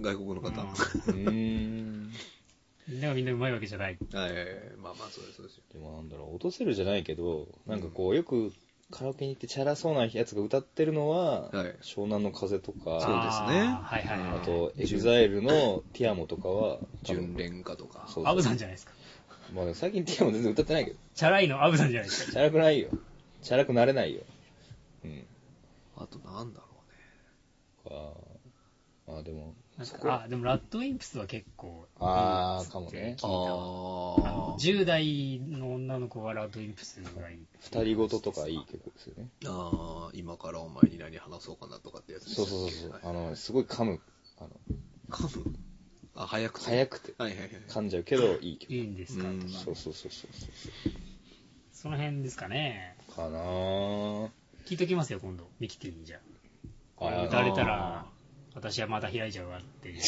[SPEAKER 2] 外国の方。
[SPEAKER 1] うん
[SPEAKER 3] うーん。
[SPEAKER 1] みんながみんな上手いわけじゃない。
[SPEAKER 2] はいはいはい。まあまあ、そうです、そうですよ。
[SPEAKER 3] でもなんだろう、落とせるじゃないけど、なんかこう、よくカラオケに行ってチャラそうなやつが歌ってるのは、
[SPEAKER 2] はい
[SPEAKER 3] 湘南の風とか、
[SPEAKER 2] そうです
[SPEAKER 1] あ
[SPEAKER 2] ね
[SPEAKER 1] ーはいはいはい。
[SPEAKER 3] あと、エグザイルのティアモとかは、多
[SPEAKER 2] 純
[SPEAKER 3] 分
[SPEAKER 2] 恋歌とか。
[SPEAKER 3] そう
[SPEAKER 1] アブさんじゃないですか。
[SPEAKER 3] まあ、最近ティアモ全然歌ってないけど、
[SPEAKER 1] チャラいのアブさんじゃないですか。
[SPEAKER 3] チャラくないよ。チャラくなれないよ。うん。
[SPEAKER 2] あと、なんだろうね。
[SPEAKER 3] か、まあでも、
[SPEAKER 1] なん
[SPEAKER 3] そ
[SPEAKER 1] か
[SPEAKER 3] こは
[SPEAKER 1] あ、でもラッドウィンプスは結構。
[SPEAKER 3] あーかもね
[SPEAKER 1] 聞いたわあの
[SPEAKER 2] あー
[SPEAKER 1] 10代の女の子はラッドウィンプスぐらい。
[SPEAKER 3] 二人ごととかいい曲ですよね。
[SPEAKER 2] あー今からお前に何話そうかなとかってやつでした
[SPEAKER 3] そう
[SPEAKER 2] っけ
[SPEAKER 3] そうそうそう。あ
[SPEAKER 2] はい
[SPEAKER 3] の、すごい噛む。あの、
[SPEAKER 2] 噛むあ、早くて。
[SPEAKER 3] 早くて
[SPEAKER 2] はいはいはい。
[SPEAKER 3] 噛んじゃうけど、いい曲。
[SPEAKER 1] いいんですかと
[SPEAKER 2] う
[SPEAKER 1] か
[SPEAKER 2] ん。
[SPEAKER 3] そうそうそうそうそ
[SPEAKER 1] その辺ですかね。
[SPEAKER 3] う。かなぁ。
[SPEAKER 1] 聞いときますよ、今度。ミキティにじゃ
[SPEAKER 3] あ
[SPEAKER 1] あ。
[SPEAKER 3] ー
[SPEAKER 1] 打たれたら、私はまた開いちゃうわっていう。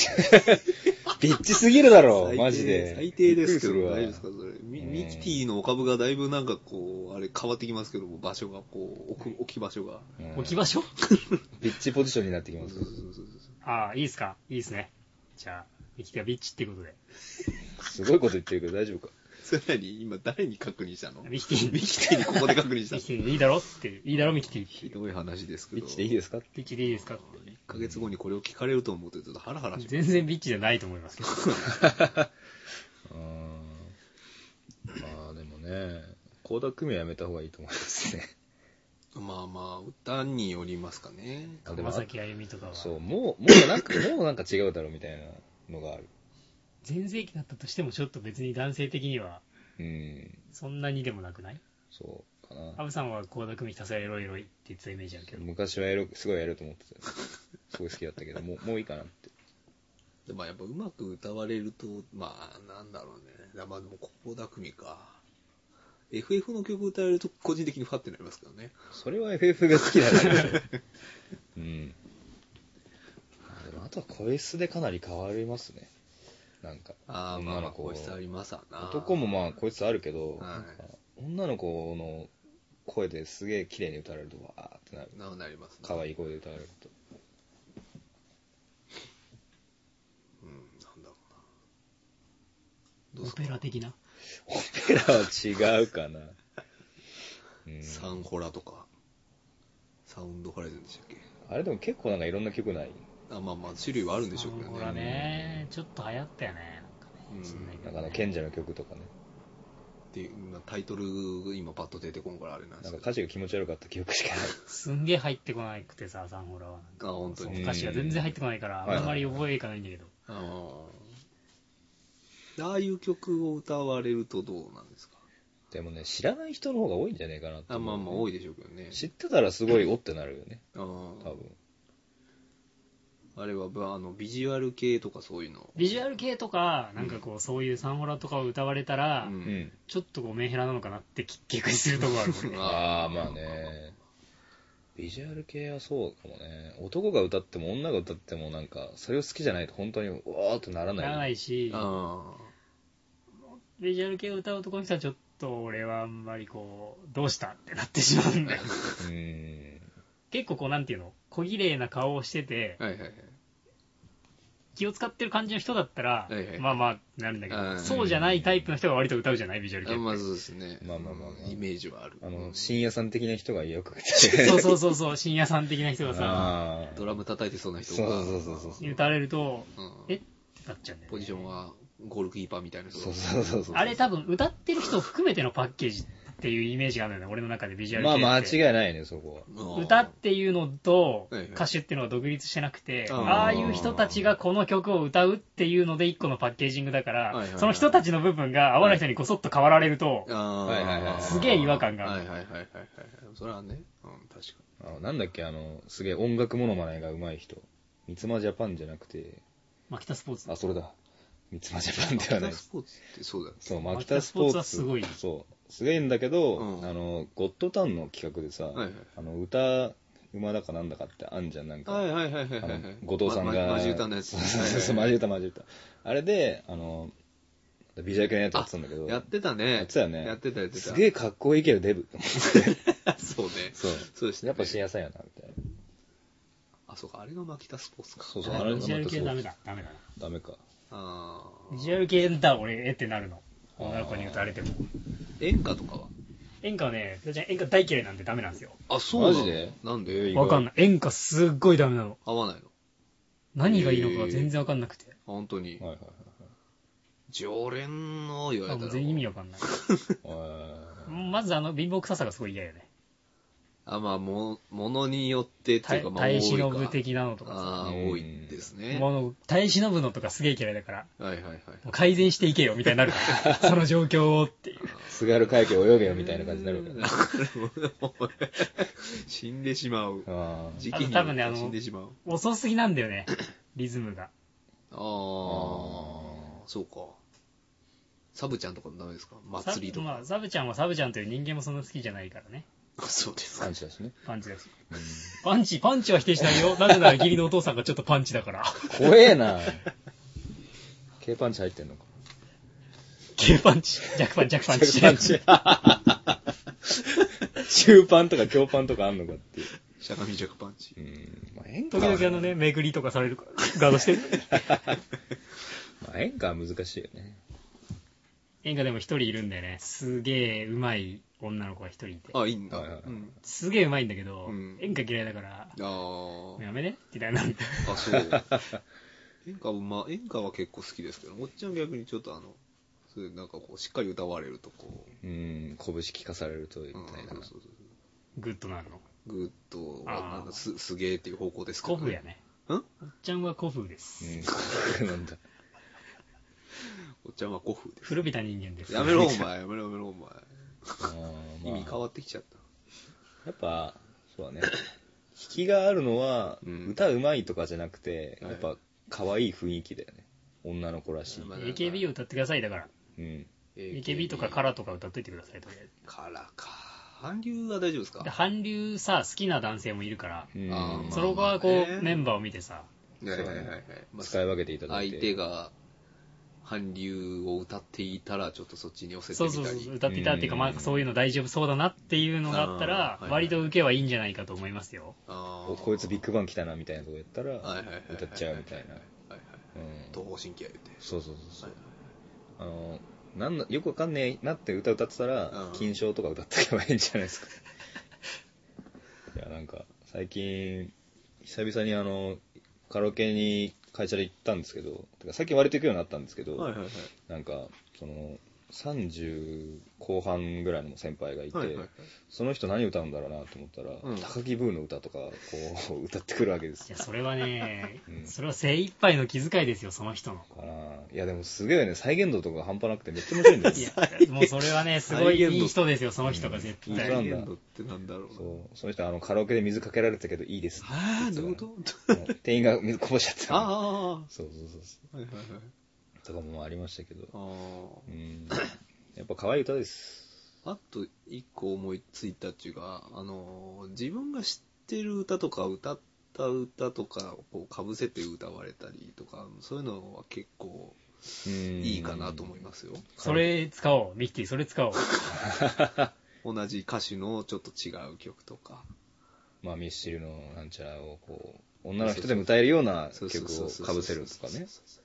[SPEAKER 3] ビッチすぎるだろ、
[SPEAKER 2] 最低
[SPEAKER 3] マジで。
[SPEAKER 2] 最低ですけど、
[SPEAKER 3] びっ
[SPEAKER 2] 大
[SPEAKER 3] く
[SPEAKER 2] 丈夫
[SPEAKER 3] り
[SPEAKER 2] です
[SPEAKER 3] す
[SPEAKER 2] か
[SPEAKER 3] るわ
[SPEAKER 2] それ。ミ
[SPEAKER 3] うん
[SPEAKER 2] ミキティのお株がだいぶなんかこう、あれ変わってきますけども、場所がこう、置く置き場所が。
[SPEAKER 3] うん
[SPEAKER 1] 置き場所
[SPEAKER 3] ビッチポジションになってきます
[SPEAKER 2] そう。そうそうそう
[SPEAKER 1] ああ、いいですかいいですね。じゃあ、ミキティはビッチってことで。
[SPEAKER 3] すごいこと言ってるけど大丈夫か。
[SPEAKER 2] そう。それなに今誰に確認したの
[SPEAKER 1] ミキティに、
[SPEAKER 2] ミ
[SPEAKER 1] ミ
[SPEAKER 2] キティにここで確認し
[SPEAKER 1] キ
[SPEAKER 2] た
[SPEAKER 1] テ
[SPEAKER 2] の
[SPEAKER 1] ィにいいだろっていう、いいだろミキティ。
[SPEAKER 2] ひどい話ですけ
[SPEAKER 3] ビ
[SPEAKER 2] ど。
[SPEAKER 3] ッチでいいですか
[SPEAKER 1] ビッチでいいですかって。
[SPEAKER 2] 1ヶ月後にこれを聞かれると思うとちょっとハラハラします。
[SPEAKER 1] 全然ビッチじゃないと思いますけど。
[SPEAKER 3] うーん。まあでもね、倖田組はやめた方がいいと思いますね。
[SPEAKER 2] まあまあ、歌によりますかね。
[SPEAKER 3] あでも
[SPEAKER 1] まさきあゆみとかは。
[SPEAKER 3] そう、もう、もうなんか、 もうなんか違うだろうみたいなのがある。
[SPEAKER 1] 全盛期だったとしても、ちょっと別に男性的には、
[SPEAKER 3] うん、
[SPEAKER 1] そんなにでもなくない
[SPEAKER 3] そうか
[SPEAKER 1] ア
[SPEAKER 3] な。
[SPEAKER 1] ブさんは倖田久美ひたすらエロいエロいって言ってたイメージあるけど。
[SPEAKER 3] 昔はエロ、すごいエロと思ってたよ。すごい好きだったけど、もう、もういいかなって。
[SPEAKER 2] でもやっぱうまく歌われると、まあなんだろうね。いやまあでも、ここだくみか。FF の曲歌えると個人的にファってなりますけどね。
[SPEAKER 3] それは FF が好き だから。うん。まあでも、あとは声質でかなり変わりますね。なんか。
[SPEAKER 2] ああ、ま
[SPEAKER 3] 女
[SPEAKER 2] あまあ、
[SPEAKER 3] の子
[SPEAKER 2] こうしてありますわな。
[SPEAKER 3] 男もまあ、こいつあるけ
[SPEAKER 2] は
[SPEAKER 3] ど、
[SPEAKER 2] い
[SPEAKER 3] なんか女の子の声ですげえ綺麗に歌われると、わーってなる。
[SPEAKER 2] ななりますね。
[SPEAKER 3] 可愛い声で歌われる と。
[SPEAKER 2] うん、なんだろうな。どう
[SPEAKER 1] オ
[SPEAKER 2] すか
[SPEAKER 1] ペラ的な。
[SPEAKER 3] オペラは違うかな。うん
[SPEAKER 2] サンホラとか、サウンドホライズンでしたっけ
[SPEAKER 3] あれでも結構なんかいろんな曲ない
[SPEAKER 2] あまあまあ、種類はあるんでしょうけど
[SPEAKER 1] ほら
[SPEAKER 2] ね。
[SPEAKER 1] ね、ちょっと流行ったよね。なんかね、知んないけ
[SPEAKER 3] な
[SPEAKER 1] ど
[SPEAKER 3] んかあの
[SPEAKER 1] ね
[SPEAKER 3] 賢者の曲とかね。
[SPEAKER 2] っていう、まあタイトル、今パッと出てこんからあれなんで
[SPEAKER 3] なん
[SPEAKER 2] す
[SPEAKER 3] か
[SPEAKER 2] けど。
[SPEAKER 3] 歌詞が気持ち悪かった記憶しかない。
[SPEAKER 1] すんげえ入ってこなくてさ、サンホラは。
[SPEAKER 2] あ、本当
[SPEAKER 1] そう
[SPEAKER 2] に。
[SPEAKER 1] 歌詞が全然入ってこないから、あんまり覚えがないんだけど。
[SPEAKER 2] ああああいう曲を歌われるとどうなんですか
[SPEAKER 3] でもね、知らない人の方が多いんじゃねえかなって
[SPEAKER 2] あ
[SPEAKER 3] 思
[SPEAKER 2] ま
[SPEAKER 3] う
[SPEAKER 2] あまあ、多いでしょうけどね。
[SPEAKER 3] 知ってたらすごいおってなるよね、
[SPEAKER 2] あ
[SPEAKER 3] 多
[SPEAKER 2] ー
[SPEAKER 3] 分。
[SPEAKER 2] あれはぶあのビジュアル系とかそういうの。
[SPEAKER 1] ビジュアル系とか、なんかこう、そういうサンホラとかを歌われたら、
[SPEAKER 2] うん
[SPEAKER 3] うん。
[SPEAKER 1] ちょっとこう、メンヘラなのかなってき警戒するとこあるもんね。
[SPEAKER 3] ああ、まあね。ビジュアル系はそうかもね。男が歌っても女が歌ってもなんか、それを好きじゃないと本当に、うわーってならない。
[SPEAKER 1] ならないし、
[SPEAKER 2] あ
[SPEAKER 1] ビジュアル系を歌う男の人はちょっと俺はあんまりこう、どうしたってなってしまうんだよ。
[SPEAKER 3] うーん。
[SPEAKER 1] 結構こうなんていうの、小綺麗な顔をしてて、
[SPEAKER 2] はいはいはい。
[SPEAKER 1] 気を使ってる感じの人だったら、
[SPEAKER 2] はいはい
[SPEAKER 1] まあまあなるんだけ
[SPEAKER 2] う
[SPEAKER 1] ど、
[SPEAKER 2] ん
[SPEAKER 1] そうじゃないタイプの人が割と歌うじゃないビジュアル系
[SPEAKER 2] あ
[SPEAKER 1] って。
[SPEAKER 2] まあそうですね。
[SPEAKER 3] まあまあまあまあ
[SPEAKER 2] うんイメージはある。
[SPEAKER 3] あ
[SPEAKER 2] う
[SPEAKER 3] の、
[SPEAKER 2] ん
[SPEAKER 3] 深夜さん的な人がよく来
[SPEAKER 1] そう
[SPEAKER 3] て。
[SPEAKER 1] そうそうそう、深夜さん的な人がさ、
[SPEAKER 3] あー
[SPEAKER 2] ドラム叩いてそうな人
[SPEAKER 3] そう
[SPEAKER 2] が、
[SPEAKER 3] そうそうそうそう。
[SPEAKER 1] 歌われると、
[SPEAKER 2] うん
[SPEAKER 1] えってなっちゃうんだよね、
[SPEAKER 2] ポジションはゴールキーパーみたいな人が
[SPEAKER 3] そうそうそうそう。
[SPEAKER 1] あれ多分歌ってる人を含めてのパッケージっていうイメージがあるんだよね、俺の中でビジュアル系
[SPEAKER 3] ま
[SPEAKER 1] っ
[SPEAKER 3] あ
[SPEAKER 1] て。
[SPEAKER 3] 間違いないね、そこは。
[SPEAKER 2] うん
[SPEAKER 1] 歌っていうのと
[SPEAKER 2] はいはい
[SPEAKER 1] 歌手っていうのは独立してなくて、
[SPEAKER 2] あー
[SPEAKER 1] ああいう人たちがこの曲を歌うっていうので一個のパッケージングだから、
[SPEAKER 2] はいはいはい
[SPEAKER 1] その人たちの部分が合わない人にこそっと変わられると、
[SPEAKER 2] あー
[SPEAKER 3] はいはいはい
[SPEAKER 1] すげえ違和感があ
[SPEAKER 2] はい
[SPEAKER 1] る
[SPEAKER 2] はいはいはいはい。それはね、うん、確か
[SPEAKER 3] あのなんだっけ、あの、すげえ音楽モノマネが上手い人。三つ間ジャパンじゃなくて、
[SPEAKER 1] マキタスポーツ
[SPEAKER 3] あ、それだ。三つ間ジャパンではな
[SPEAKER 2] に。
[SPEAKER 3] い。
[SPEAKER 2] スポーツってそうだよ。
[SPEAKER 3] そう、
[SPEAKER 1] マ
[SPEAKER 3] マ
[SPEAKER 1] キ
[SPEAKER 3] キ
[SPEAKER 1] タ
[SPEAKER 3] タ
[SPEAKER 1] ス
[SPEAKER 3] ス
[SPEAKER 1] ポ
[SPEAKER 3] ポ
[SPEAKER 1] ー
[SPEAKER 3] ー
[SPEAKER 1] ツ
[SPEAKER 3] ツ。
[SPEAKER 1] はすごい
[SPEAKER 3] そう。すげえんだけど、
[SPEAKER 2] うん
[SPEAKER 3] あの、ゴッドタンの企画でさ、
[SPEAKER 2] はいはい
[SPEAKER 3] あの、歌、馬だかなんだかってあんじゃん、なんか。
[SPEAKER 2] はいはいはいはい
[SPEAKER 3] あ
[SPEAKER 2] はいは
[SPEAKER 3] の
[SPEAKER 2] い。
[SPEAKER 3] 後藤さんが。
[SPEAKER 2] ままマジ歌のやつ。
[SPEAKER 3] そうそうそうそ
[SPEAKER 2] はい
[SPEAKER 3] う、マ
[SPEAKER 2] はい
[SPEAKER 3] ジ歌、マジ歌。あれで、あの、ビジュアル系のやつやってたんだけど、
[SPEAKER 2] やってた
[SPEAKER 3] や
[SPEAKER 2] ね。
[SPEAKER 3] ってたよね。
[SPEAKER 2] やってたやってた。
[SPEAKER 3] すげえかっこいいけど、デブ。
[SPEAKER 2] そうね。
[SPEAKER 3] そう。
[SPEAKER 2] そうですね。
[SPEAKER 3] やっぱ深夜さんやな、みたいな。
[SPEAKER 2] あ、そうか、あれがマキタスポーツか。
[SPEAKER 3] そうそう、あれ
[SPEAKER 1] ビジュアル系ダメ
[SPEAKER 3] だ。
[SPEAKER 1] だダメだな
[SPEAKER 3] ダメか。
[SPEAKER 2] あ
[SPEAKER 1] ビ
[SPEAKER 2] あ。
[SPEAKER 1] ジュアル系だ俺えってなるの女の子に歌われても
[SPEAKER 2] 演歌とかは
[SPEAKER 1] 演歌はねフワちゃん演歌大嫌いなんでダメなんですよ
[SPEAKER 2] あ、そう
[SPEAKER 3] マジで
[SPEAKER 2] なんで
[SPEAKER 3] 意外
[SPEAKER 1] わかんない演歌すっごいダメなの
[SPEAKER 2] 合わないの
[SPEAKER 1] 何がいいのかが全然わかんなくて、
[SPEAKER 2] 本当に
[SPEAKER 3] はい。はい
[SPEAKER 2] 常連の言わ
[SPEAKER 1] あ
[SPEAKER 2] れた
[SPEAKER 1] もう
[SPEAKER 2] ら。
[SPEAKER 1] 全然意味わかんない
[SPEAKER 3] はいはい。
[SPEAKER 1] まずあの貧乏臭さがすごい嫌よね
[SPEAKER 2] あ、まあ、も、ものによってっていうか、まあ、
[SPEAKER 1] 耐え
[SPEAKER 2] 多い
[SPEAKER 1] 忍ぶ
[SPEAKER 2] か。
[SPEAKER 1] 的なのとかさ
[SPEAKER 2] ああ、
[SPEAKER 3] うん
[SPEAKER 2] 多いですね。は
[SPEAKER 1] もう耐え忍ぶのとかすげえ嫌いだから
[SPEAKER 2] いはいはい。
[SPEAKER 1] もう改善していけよみたいになるから その状況をっていう
[SPEAKER 3] 津軽海峡泳げよ、みたいな感じになるわけ。
[SPEAKER 2] もう 死んでしまう。
[SPEAKER 3] あー
[SPEAKER 2] 時期に
[SPEAKER 1] あと多分ねあの
[SPEAKER 2] 死んでしまう。
[SPEAKER 1] 遅すぎなんだよねリズムが
[SPEAKER 2] ああ、そうか。サブちゃんとかダメですか祭り
[SPEAKER 1] サ
[SPEAKER 2] と
[SPEAKER 1] ブ
[SPEAKER 2] か。
[SPEAKER 1] まあ、サブちゃんはサブちゃんという人間もそんな好きじゃないからね
[SPEAKER 2] そうですか
[SPEAKER 3] 感。じだしね。
[SPEAKER 1] パンチだしパンチパンチは否定しないよなぜなら義理のお父さんがちょっとパンチだから
[SPEAKER 3] 怖えな K パンチ入ってんのか。
[SPEAKER 1] 軽パンチ弱パン弱パンチ
[SPEAKER 3] パンチ。 中パンとか強パンとかあんのかっていう。
[SPEAKER 2] しゃがみ弱パンチ
[SPEAKER 3] う。ん。まあ、演歌
[SPEAKER 1] 時
[SPEAKER 3] は
[SPEAKER 1] 々あのね巡りとかされるからガードしてる
[SPEAKER 3] まあ、演歌は難しいよね。
[SPEAKER 1] 演歌でも一人いるんだよねすげえうまい女の子が一人いて
[SPEAKER 2] あ、いいんだ。
[SPEAKER 3] はいはいはい
[SPEAKER 2] うん
[SPEAKER 1] すげえうまいんだけど、
[SPEAKER 2] うん
[SPEAKER 1] 演歌嫌いだから
[SPEAKER 2] あ
[SPEAKER 1] も
[SPEAKER 2] ー
[SPEAKER 1] うやめねって嫌いになるんだよ
[SPEAKER 2] あ、 そう。演歌は、まあ、演歌は結構好きですけど、おっちゃん逆にちょっとあの、そういうなんかこう、しっかり歌われるとこう、
[SPEAKER 3] うん、拳聞かされると、みた
[SPEAKER 2] うんそう
[SPEAKER 3] いな。
[SPEAKER 2] そうそう
[SPEAKER 1] グッとなるの
[SPEAKER 2] ぐっと、
[SPEAKER 1] あー
[SPEAKER 2] あのすすげえっていう方向ですけ
[SPEAKER 1] 古
[SPEAKER 2] ど、
[SPEAKER 1] 風やね
[SPEAKER 2] ん
[SPEAKER 1] おっちゃんは古風です、
[SPEAKER 3] うん、 なんだ。
[SPEAKER 2] おっちゃんは古風です。
[SPEAKER 1] 古びた人間です
[SPEAKER 2] やめろ、お前、やめろ、やめろ、お前。
[SPEAKER 3] あー
[SPEAKER 2] 意味変
[SPEAKER 3] まあ、
[SPEAKER 2] わってきちゃった。
[SPEAKER 3] やっぱ、そうだね。弾きがあるのは、
[SPEAKER 2] うん
[SPEAKER 3] 歌うまいとかじゃなくて、
[SPEAKER 2] はい
[SPEAKER 3] やっぱ、可愛い雰囲気だよね。女の子らしい。
[SPEAKER 2] まあ
[SPEAKER 1] AKB を歌ってくださいだから
[SPEAKER 3] うん。
[SPEAKER 1] AKB とかカラーとか歌っといてくださいとりあえず
[SPEAKER 2] からか。韓流は大丈夫ですか
[SPEAKER 1] で韓流さ好きな男性もいるから、
[SPEAKER 3] うん
[SPEAKER 2] あー
[SPEAKER 1] その子はこう、
[SPEAKER 2] まあね
[SPEAKER 1] メンバーを見てさ
[SPEAKER 2] はいはいはいはい。まあ
[SPEAKER 3] 使い分けていただい
[SPEAKER 2] 相
[SPEAKER 3] て。
[SPEAKER 2] 手が韓流を歌っていたらちょっとそっちに寄せて
[SPEAKER 1] そう
[SPEAKER 2] み
[SPEAKER 1] そう
[SPEAKER 2] た
[SPEAKER 1] そう
[SPEAKER 2] り
[SPEAKER 1] そう歌っていたっていうか、
[SPEAKER 3] うん
[SPEAKER 1] まあ、そういうの大丈夫そうだなっていうのがあったら
[SPEAKER 2] あーはい
[SPEAKER 1] 割と受けはいいんじゃないかと思いますよ
[SPEAKER 2] あー
[SPEAKER 3] おこいつビッグバン来たな、みたいなとこやったら
[SPEAKER 2] はいはいはい、
[SPEAKER 3] 歌っちゃうみたいな。
[SPEAKER 2] はいはい
[SPEAKER 3] うん
[SPEAKER 2] 東方神起や言うて
[SPEAKER 3] そうそうそうそ
[SPEAKER 2] は
[SPEAKER 3] う
[SPEAKER 2] い。
[SPEAKER 3] あの、なんのよくわかんねえなって歌歌ってたら
[SPEAKER 2] うん、
[SPEAKER 3] 金賞とか歌っとけばいいんじゃないですか。 いや、なんか、最近、久々にあの、カラオケに会社で行ったんですけど、てか最近割と行くようになったんですけど、
[SPEAKER 2] はいはいはい
[SPEAKER 3] なんか、その、30後半ぐらいの先輩がいて、
[SPEAKER 2] はいはいはい
[SPEAKER 3] その人何歌うんだろうなと思ったら、
[SPEAKER 2] うん
[SPEAKER 3] 高木ブーの歌とか、こう、歌ってくるわけです
[SPEAKER 1] い
[SPEAKER 3] よ
[SPEAKER 1] や。それはね、
[SPEAKER 3] うん
[SPEAKER 1] それは精一杯の気遣いですよその人の
[SPEAKER 3] かないや、でもすげえね、再現度とか半端なくてめっちゃ面白いんだよ
[SPEAKER 1] い。やもうそれはねすごい
[SPEAKER 2] 再現度
[SPEAKER 1] いい人ですよその人が絶
[SPEAKER 3] うん
[SPEAKER 1] 対、
[SPEAKER 3] なんだ
[SPEAKER 2] 再現度ってなんだろう
[SPEAKER 3] そう、その人、あの、カラオケで水かけられてたけどいいですって
[SPEAKER 2] ああどうい
[SPEAKER 3] 言っ
[SPEAKER 2] う
[SPEAKER 3] てた
[SPEAKER 2] こと
[SPEAKER 3] からもう店員が水こぼしちゃった。
[SPEAKER 2] あ
[SPEAKER 3] そうそうそうそ。
[SPEAKER 2] あはいはいはいう
[SPEAKER 3] とかもありましたけど。
[SPEAKER 2] あー
[SPEAKER 3] うん。やっぱ可愛い歌です。
[SPEAKER 2] あと一個思いついたっていうかあのー自分が知ってる歌とか歌った歌とかをかぶせて歌われたりとかそういうのは結構い
[SPEAKER 3] い
[SPEAKER 2] いかなと思いますよ。
[SPEAKER 1] それ使おう、ミッキー、それ使おう。
[SPEAKER 2] 同じ歌手のちょっと違う曲とか。
[SPEAKER 3] まあ、ミスチルのなんちゃらをこう、女の人でも歌えるような
[SPEAKER 2] そう
[SPEAKER 3] 曲をかぶせるとか
[SPEAKER 2] そ
[SPEAKER 3] ね。
[SPEAKER 2] うそう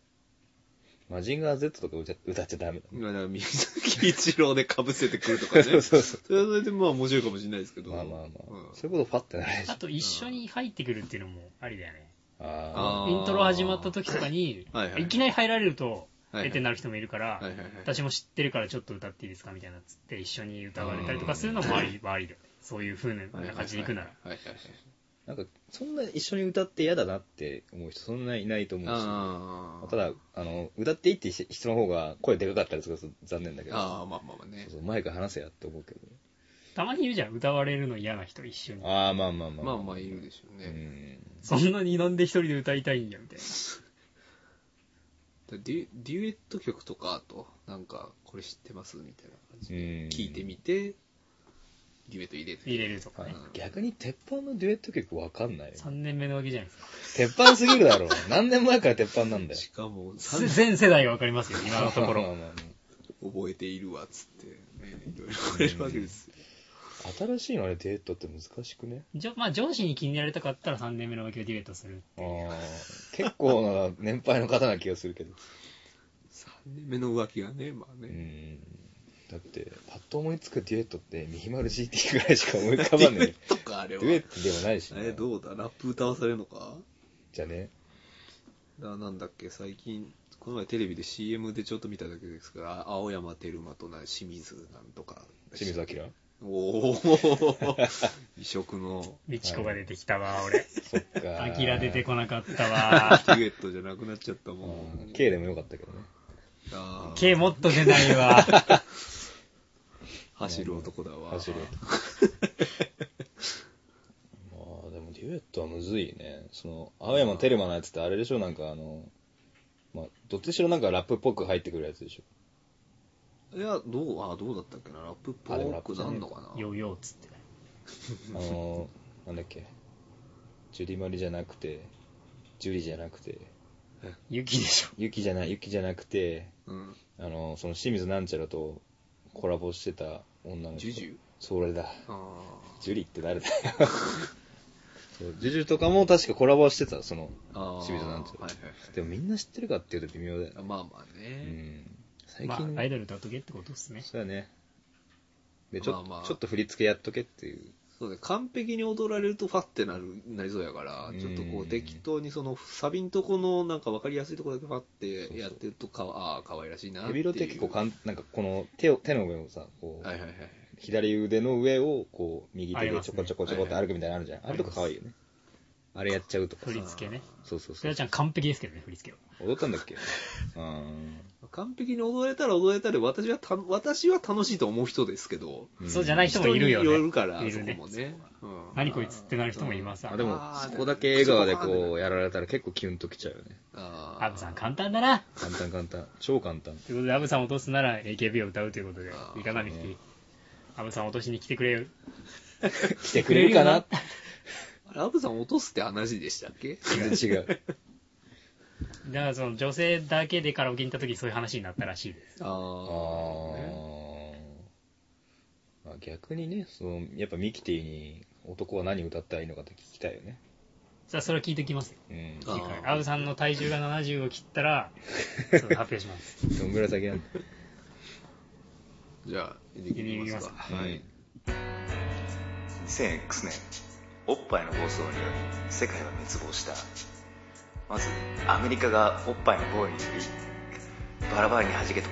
[SPEAKER 3] マジンガー Z とか歌歌っちゃダメだ。
[SPEAKER 2] そう。だから水木一郎でかぶせてくるとかね。
[SPEAKER 3] そうそうそ
[SPEAKER 2] それはそれでまあ面白いかもしれないですけ
[SPEAKER 3] う。
[SPEAKER 2] ど。
[SPEAKER 3] まあまあま
[SPEAKER 2] うん
[SPEAKER 3] あ。そういうことパッてなるでしょ
[SPEAKER 1] あ。と一緒に入ってくるっていうのもありだよね。
[SPEAKER 3] あ
[SPEAKER 2] あ
[SPEAKER 1] イ
[SPEAKER 2] ー
[SPEAKER 1] ントロ始まった時とかに
[SPEAKER 2] はいは、い
[SPEAKER 1] いきなり入られると、
[SPEAKER 2] はいはい
[SPEAKER 1] えってなる人もいるから
[SPEAKER 2] はいはいはい、
[SPEAKER 1] 私も知ってるからちょっと歌っていいですかみたいなっつって一緒に歌われたりとかするのもあり、ありだよね。そういう風な感じでいくなら。
[SPEAKER 2] はいはいはい。
[SPEAKER 3] あ。なんか、そんな一緒に歌って嫌だなって思う人そんないないと思うし。
[SPEAKER 2] ああ。
[SPEAKER 3] ただ、あの、歌っていいって人の方が声でかかったりすると残念だけど。
[SPEAKER 2] ああ、まあまあまあね
[SPEAKER 3] そう。そうマイク離せやって思うけどね。
[SPEAKER 1] たまにいるじゃん、歌われるの嫌な人一緒に。
[SPEAKER 3] ああ、まあまあまあ。
[SPEAKER 2] まあまあいるでしょう
[SPEAKER 3] う
[SPEAKER 2] ね。
[SPEAKER 3] ん。
[SPEAKER 1] そんなになんで一人で歌いたいんや、みたいな。
[SPEAKER 2] だデュデュエット曲とかあと、なんかこれ知ってますみたいな感じ
[SPEAKER 3] う
[SPEAKER 2] で。
[SPEAKER 3] ん
[SPEAKER 2] 聞いてみて、デュエット入れて。
[SPEAKER 1] 入れるとかね。
[SPEAKER 3] 逆に鉄板のデュエット曲わかんないよ。
[SPEAKER 1] 3年目のわけじゃないですか。
[SPEAKER 3] 鉄板すぎるだろ。 何年前から鉄板なんだよ。
[SPEAKER 2] しかも、さ
[SPEAKER 1] す全世代がわかり ますよ、今のとこ
[SPEAKER 3] まあ
[SPEAKER 1] ろ。
[SPEAKER 3] まあま
[SPEAKER 2] 覚えているわっつって、ね、いろいろ言われるわけですよ。
[SPEAKER 3] あ新しいのあれデュエットって難しくね
[SPEAKER 1] じゃまあ、上司に気に入られたかったら3年目のわけをデュエットする。
[SPEAKER 3] あー結構な年配の方な気がするけど。
[SPEAKER 2] 3年目の浮気がね、まあ
[SPEAKER 3] う
[SPEAKER 2] ね。
[SPEAKER 3] ん。だって、パッと思いつくデュエットって、ミヒマル GT ぐらいしか思い浮か ばね
[SPEAKER 2] とかあれ
[SPEAKER 3] え。
[SPEAKER 2] は。
[SPEAKER 3] デュエットでもないしな、
[SPEAKER 2] えーどうだラップ歌わされるのか
[SPEAKER 3] じゃあね。
[SPEAKER 2] だなんだっけ最近この前テレビで CM でちょっと見ただけですからあ青山テルマとな清水なんとか
[SPEAKER 3] 清水明
[SPEAKER 2] おお異色の
[SPEAKER 1] みちこが出てきたわ、俺。
[SPEAKER 3] そっか。
[SPEAKER 1] あきら出てこなかった わ。
[SPEAKER 2] デュエットじゃなくなっちゃったも
[SPEAKER 3] うんん K でもよかったけどね。
[SPEAKER 2] あー
[SPEAKER 1] K もっと出ない わ。
[SPEAKER 2] 走る男だわ
[SPEAKER 3] 走る。まあでもデュエットはむずいね。その、青山テルマのやつってあれでしょなんかあの、まあ、どっちにしろなんかラップっぽく入ってくるやつでしょ。
[SPEAKER 2] いやどうあーどうだったっけなラップっぽ
[SPEAKER 3] あでもラッ
[SPEAKER 2] く
[SPEAKER 3] プじゃ
[SPEAKER 2] な
[SPEAKER 3] ねえ
[SPEAKER 2] ん
[SPEAKER 3] か
[SPEAKER 2] のかな
[SPEAKER 1] ヨーヨーっつって。
[SPEAKER 3] あの、なんだっけ。ジュリマリじゃなくて、ジュリじゃなくて、
[SPEAKER 1] 雪でしょ。
[SPEAKER 3] ユキじゃない、ユキじゃなくて、
[SPEAKER 2] うん
[SPEAKER 3] あの、その清水なんちゃらとコラボしてた女の
[SPEAKER 2] ジ
[SPEAKER 3] 人。
[SPEAKER 2] ュジュ
[SPEAKER 3] それだ。
[SPEAKER 2] あ
[SPEAKER 3] ジュリって 誰だよ。そうジュジュとかも確かコラボしてた、その、
[SPEAKER 2] ーあー
[SPEAKER 3] 清水なんちゃら。
[SPEAKER 2] はいはいはい
[SPEAKER 3] でもみんな知ってるかっていうと微妙だよ
[SPEAKER 2] あ
[SPEAKER 3] ね。
[SPEAKER 2] まあまあ
[SPEAKER 3] う
[SPEAKER 2] ね、
[SPEAKER 3] ん。最
[SPEAKER 1] ま
[SPEAKER 3] 近、
[SPEAKER 1] あ、アイドル歌っとけってことですね。
[SPEAKER 3] そうだね。で、ちょ,、
[SPEAKER 2] まあまあ
[SPEAKER 3] ちょっと振り付けやっとけっていう。
[SPEAKER 2] そうね、完璧に踊られるとファってなるなりそうやから
[SPEAKER 3] うん
[SPEAKER 2] ちょっとこう適当にそのサビんとこのなんか分かりやすいとこだけファってやってるとかわああ可愛らしいなって
[SPEAKER 3] ヘ
[SPEAKER 2] いう
[SPEAKER 3] ビロテ結構かん、なんかこの手を、手の上をさ、こう、
[SPEAKER 2] はいはいはい
[SPEAKER 3] 左腕の上をこう、右
[SPEAKER 1] あ
[SPEAKER 3] 手
[SPEAKER 1] り
[SPEAKER 3] で
[SPEAKER 1] ます
[SPEAKER 3] ちょ
[SPEAKER 1] ね
[SPEAKER 3] こちょこちょこって
[SPEAKER 2] はい
[SPEAKER 3] 歩くみたいなのあるじゃん。あれとか可愛いよね。あれやっちゃうとか
[SPEAKER 1] 振。り付けね。
[SPEAKER 3] そうそう
[SPEAKER 1] そ
[SPEAKER 3] そ
[SPEAKER 1] ら
[SPEAKER 3] う
[SPEAKER 1] ち。ゃん完璧ですけどね、振り付けは。
[SPEAKER 3] 踊ったんだっけうん。
[SPEAKER 2] 完璧に踊れたら踊れたで私はた私は楽しいと思う人ですけど
[SPEAKER 3] うん
[SPEAKER 1] そうじゃない人もいるよね。
[SPEAKER 2] 人によるから
[SPEAKER 1] い
[SPEAKER 2] そ
[SPEAKER 1] る
[SPEAKER 2] こ
[SPEAKER 1] ね
[SPEAKER 2] もね、うん
[SPEAKER 1] 何こいつってなる人もいます。
[SPEAKER 3] あでも
[SPEAKER 2] あ、ー
[SPEAKER 3] そこだけ笑顔でこう、やられたら結構キュンときちゃうよね。
[SPEAKER 2] ああ
[SPEAKER 1] アブさん簡単だな。
[SPEAKER 3] 簡単簡 単。超簡単。
[SPEAKER 1] ということで、アブさん落とすなら AKB を歌うということで
[SPEAKER 2] あ、ー
[SPEAKER 1] いかなみきアブさん落としに来てくれよ。
[SPEAKER 3] 来てくれるかな
[SPEAKER 2] あれアブさん落とすって話でしたっけ
[SPEAKER 3] 全然違 う。
[SPEAKER 1] だから、その女性だけでカラオケに行った時そういう話になったらしいです。
[SPEAKER 2] あ
[SPEAKER 3] あ
[SPEAKER 2] あ、ね
[SPEAKER 3] ーまあ逆にね、そのやっぱミキティに男は何歌ったらいいのかって聞きたいよね。
[SPEAKER 1] さあ、それは聞いておきますよ。
[SPEAKER 3] うん。
[SPEAKER 2] あ
[SPEAKER 1] 次回
[SPEAKER 2] ー
[SPEAKER 1] アブさんの体重が70を切った ら、それ発表します。
[SPEAKER 3] どんぐらい先なんだ
[SPEAKER 2] じゃあエンディングいきますか
[SPEAKER 3] エンディングいきます
[SPEAKER 2] はい
[SPEAKER 4] 2000X 年おっぱいの暴走により世界は滅亡したまずアメリカがおっぱいの暴利によりバラバラに弾け飛んだ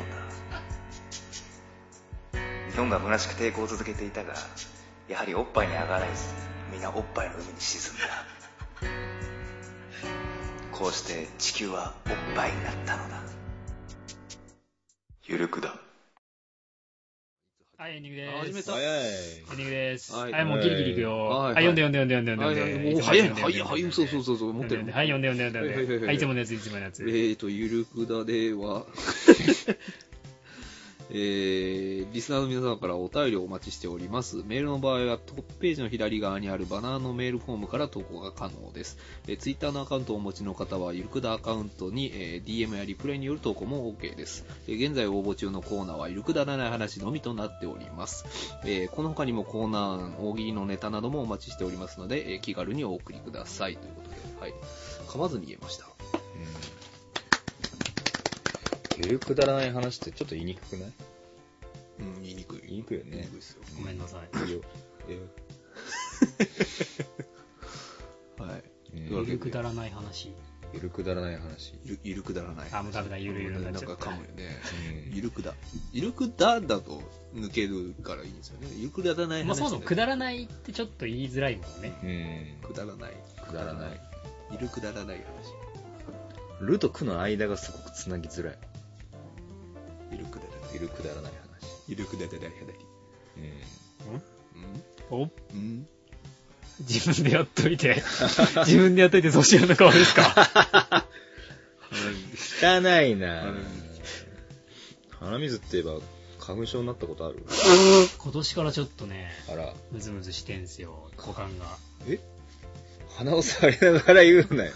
[SPEAKER 4] 日本が虚しく抵抗を続けていたがやはりおっぱいにあがらえず皆おっぱいの海に沈んだこうして地球はおっぱいになったのだゆるくだ
[SPEAKER 1] はい、エンディング
[SPEAKER 2] あ始
[SPEAKER 1] で
[SPEAKER 2] め
[SPEAKER 1] す。
[SPEAKER 2] た
[SPEAKER 3] 早
[SPEAKER 1] エ
[SPEAKER 3] い。
[SPEAKER 1] ンディングです。は、
[SPEAKER 2] はいい
[SPEAKER 1] もうギリギリいくよ。
[SPEAKER 2] は
[SPEAKER 1] はいい、読んで読んで読んで
[SPEAKER 2] は
[SPEAKER 1] 読ん
[SPEAKER 2] い
[SPEAKER 1] で読んで。つ
[SPEAKER 2] はいもう
[SPEAKER 1] も
[SPEAKER 2] 早い
[SPEAKER 1] の
[SPEAKER 2] 早い
[SPEAKER 1] やつ
[SPEAKER 2] 早いそうそうそうそう持ってる
[SPEAKER 1] はい、読んで読んで読んで
[SPEAKER 2] はいは
[SPEAKER 1] 読
[SPEAKER 2] い
[SPEAKER 1] ん
[SPEAKER 2] はい
[SPEAKER 1] で。
[SPEAKER 2] はい
[SPEAKER 1] はい、いつものやつ、いつものやつ。
[SPEAKER 2] えーと、ゆるくだでは、 えーリスナーの皆様からお便りをお待ちしております。メールの場合はトップページの左側にあるバナーのメールフォームから投稿が可能です。えー、Twitter のアカウントをお持ちの方は、ゆるくだアカウントに、えー DM やリプレイによる投稿も OK です。えー現在応募中のコーナーは、ゆるくだらない話のみとなっております。えーこの他にもコーナー案、大喜利のネタなどもお待ちしておりますので、えー気軽にお送りください。ということで、はい。噛まずに言えました。
[SPEAKER 3] ゆるくだらない話ってちょっと言いにくくない
[SPEAKER 2] うん、言いにくい。
[SPEAKER 3] 言いにくいよね
[SPEAKER 2] 言いにくいですよ。
[SPEAKER 1] ごめんなさい。
[SPEAKER 3] いいよ。いいよ
[SPEAKER 2] はい。
[SPEAKER 3] うん
[SPEAKER 2] というわ
[SPEAKER 1] ゆ
[SPEAKER 2] けで
[SPEAKER 1] るくだらない話。
[SPEAKER 3] ゆるくだらない話。
[SPEAKER 2] ゆるゆるくだらない。
[SPEAKER 1] あ、もうダメだ、ゆるゆるになっ
[SPEAKER 2] なん
[SPEAKER 1] ちゃ
[SPEAKER 2] か
[SPEAKER 1] った
[SPEAKER 2] 噛。むよね。
[SPEAKER 3] うん
[SPEAKER 2] ゆるくだ。ゆるくだだと抜けるからいいんですよね。ゆるくだらない話、
[SPEAKER 1] まあそもそもくだらないってちょっと言いづらいもんね。
[SPEAKER 3] うん。
[SPEAKER 2] くだらない。
[SPEAKER 3] くだらない。
[SPEAKER 2] ゆるくだらない話。
[SPEAKER 3] るとくの間がすごくつなぎづらい。
[SPEAKER 2] ゆるくだらない。
[SPEAKER 3] ゆるくだらない
[SPEAKER 2] ゆるくだらない話。
[SPEAKER 3] 話。うん。
[SPEAKER 1] お
[SPEAKER 2] うん。うん。
[SPEAKER 1] 自分でやっとい て。自分でやっといてどうしようの顔ですか
[SPEAKER 3] 汚いな鼻水って言えば、花粉症になったことある
[SPEAKER 1] 今年からちょっとね、
[SPEAKER 3] あら。
[SPEAKER 1] ムズムズしてんすよ、股間が。
[SPEAKER 3] え鼻を触りながら言うなよ。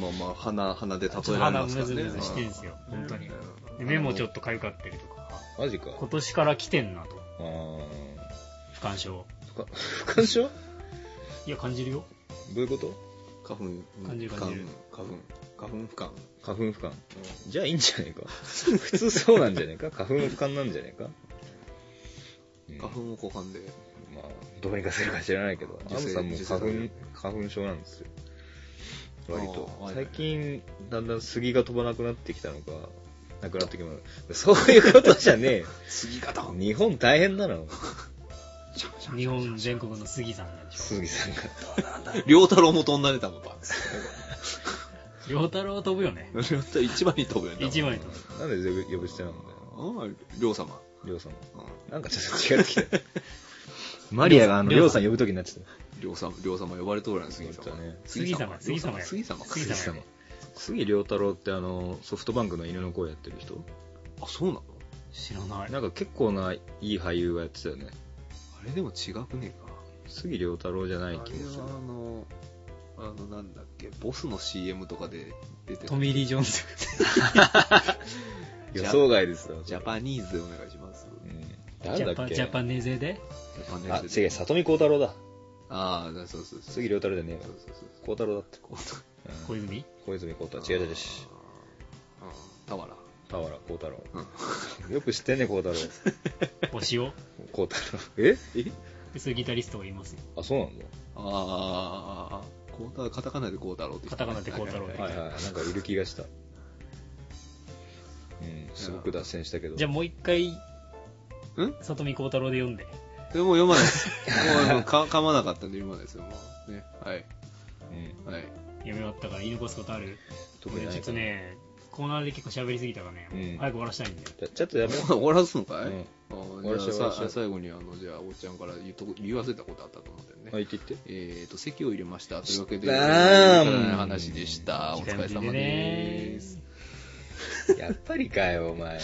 [SPEAKER 2] まあまあ、鼻、鼻で例
[SPEAKER 1] ちょっ
[SPEAKER 2] え
[SPEAKER 1] と
[SPEAKER 2] られ
[SPEAKER 1] 鼻
[SPEAKER 2] ま
[SPEAKER 1] ム
[SPEAKER 2] すから
[SPEAKER 1] ズ
[SPEAKER 2] ね。
[SPEAKER 1] ムズしてんすよ、
[SPEAKER 2] うん
[SPEAKER 1] 本当に
[SPEAKER 2] う。
[SPEAKER 1] で目もちょっと痒かったりとか。
[SPEAKER 3] マジか。
[SPEAKER 1] 今年から来てんなと、
[SPEAKER 3] あー
[SPEAKER 1] 不感症。
[SPEAKER 3] 不可不感症ど
[SPEAKER 1] いや、感じるよ。
[SPEAKER 3] ういうこと
[SPEAKER 2] 花粉、うん
[SPEAKER 1] 感じる
[SPEAKER 2] 不
[SPEAKER 1] 感じる
[SPEAKER 2] 花粉、花粉、花粉不感。
[SPEAKER 3] 花粉不感。じゃあいいんじゃねえか。 普通そうなんじゃねえ か。花粉不感なんじゃねえか。うん
[SPEAKER 2] 花粉を股間で。
[SPEAKER 3] まあ、どうにかするか知らないけど、ア
[SPEAKER 2] 受
[SPEAKER 3] ム
[SPEAKER 2] 精
[SPEAKER 3] さんも
[SPEAKER 2] 受精
[SPEAKER 3] 花粉
[SPEAKER 2] される、
[SPEAKER 3] 花粉症なんですよ。割と
[SPEAKER 2] あ。あ
[SPEAKER 3] 最近、だんだん杉が飛ばなくなってきたのか、なくなってきます。そういうことじゃ ね
[SPEAKER 2] 杉が
[SPEAKER 3] え
[SPEAKER 2] だ
[SPEAKER 3] よ。日本大変なの。
[SPEAKER 1] 日本全国の杉さんなんでしょ。
[SPEAKER 3] 杉さんが。
[SPEAKER 2] 両太郎も飛んだね、多分。
[SPEAKER 1] 両太郎は飛ぶよね。
[SPEAKER 2] 両太郎 一番に飛ぶよね。
[SPEAKER 1] 一番に飛ぶ。
[SPEAKER 3] なんで呼ぶ呼ぶ捨てなんだよ。
[SPEAKER 2] うん、両様。
[SPEAKER 3] りょうさんも。
[SPEAKER 2] うん
[SPEAKER 3] なんかちょっと違ってき た。マリアがあの、り
[SPEAKER 1] り
[SPEAKER 3] ょ
[SPEAKER 1] ょ
[SPEAKER 3] う
[SPEAKER 1] う
[SPEAKER 3] さ
[SPEAKER 1] さ
[SPEAKER 3] ん呼ぶときになっちゃっ
[SPEAKER 2] りょうさま、りょうさま呼ばれとるやん、杉様
[SPEAKER 3] 呼ばれたね。
[SPEAKER 1] 杉様
[SPEAKER 2] 杉様。
[SPEAKER 1] 杉
[SPEAKER 3] た。
[SPEAKER 1] 様
[SPEAKER 2] 杉
[SPEAKER 1] 杉
[SPEAKER 2] 様。
[SPEAKER 1] 様
[SPEAKER 3] 杉良太郎ってあの、ソフトバンクの犬の声やってる人
[SPEAKER 2] あ、そうなの
[SPEAKER 1] 知らない。
[SPEAKER 3] なんか結構ないい俳優がやってたよね。
[SPEAKER 2] あれでも違くねえか。
[SPEAKER 3] 杉良太郎じゃ
[SPEAKER 2] あ
[SPEAKER 3] な
[SPEAKER 2] れ
[SPEAKER 3] い
[SPEAKER 2] は
[SPEAKER 3] 気もする。
[SPEAKER 2] あの、あの、なんだっけ、ボスの CM とかで出て
[SPEAKER 1] ト
[SPEAKER 2] る。
[SPEAKER 1] ミー・リー・ジョーンズ。
[SPEAKER 3] 予想外ですよ。
[SPEAKER 2] ジャパニーズでお願いします。
[SPEAKER 3] 誰だっけ
[SPEAKER 1] ジャパネゼで
[SPEAKER 2] ジャパネ
[SPEAKER 3] あ、
[SPEAKER 2] ーズ
[SPEAKER 3] 違
[SPEAKER 2] で
[SPEAKER 3] う、里見幸太郎だ。
[SPEAKER 2] ああ、そうそうそう。
[SPEAKER 3] 杉良太郎じゃねえ
[SPEAKER 2] そ
[SPEAKER 3] よ
[SPEAKER 2] う。そうそう。
[SPEAKER 3] 幸太郎だって。
[SPEAKER 2] こう
[SPEAKER 3] う
[SPEAKER 1] 小
[SPEAKER 3] ん
[SPEAKER 1] 泉
[SPEAKER 3] 小泉幸太郎。違う違う違う。し。
[SPEAKER 2] あー俵。
[SPEAKER 3] 田原幸太郎。よく知ってんね、幸 太郎。
[SPEAKER 1] 推を
[SPEAKER 3] 幸太郎。え
[SPEAKER 2] え
[SPEAKER 1] そういうギタリストがいますよ。
[SPEAKER 3] あ、そうなんだ。
[SPEAKER 2] ああ、こうた、カタカナでこうだろうって人
[SPEAKER 1] カタカナでこうだろうって
[SPEAKER 3] はいはい。なんかいる気がした。うん、すごく脱線したけど。
[SPEAKER 1] じゃあもう一回、
[SPEAKER 2] ん
[SPEAKER 1] 里見幸太郎で読んで。
[SPEAKER 2] でもう 読まないです。もうもうか噛まなかったんで読まないですよ、もう。ね。はい。
[SPEAKER 3] うん、
[SPEAKER 2] はい。
[SPEAKER 1] 読み終わったから言い残すことある
[SPEAKER 3] 特に
[SPEAKER 1] 俺
[SPEAKER 3] な
[SPEAKER 1] ちょっ
[SPEAKER 3] いか
[SPEAKER 1] と
[SPEAKER 3] ら。
[SPEAKER 1] ね、コーナーで結構喋りすぎたからね、
[SPEAKER 3] うん
[SPEAKER 1] 早く終わらしたいんで。
[SPEAKER 3] じゃちょっとやめよ
[SPEAKER 2] 終わらすのかい、
[SPEAKER 3] う。うん。
[SPEAKER 2] あー
[SPEAKER 3] 終わらせよ
[SPEAKER 2] じ
[SPEAKER 3] う終わ
[SPEAKER 2] ゃ
[SPEAKER 3] ら
[SPEAKER 2] あ
[SPEAKER 3] せ
[SPEAKER 2] さ
[SPEAKER 3] よう
[SPEAKER 2] 最後にあのじゃあおっちゃんから言うとこ言わせたことあったと思ってね、
[SPEAKER 3] あ、言って言って。
[SPEAKER 2] えっ、と席を入れましたというわけで
[SPEAKER 3] 知
[SPEAKER 2] く
[SPEAKER 3] った
[SPEAKER 2] だらない話でしたお疲れ様
[SPEAKER 1] 時間切れ
[SPEAKER 2] で
[SPEAKER 1] ね
[SPEAKER 2] す
[SPEAKER 3] やっぱりかよ、お前。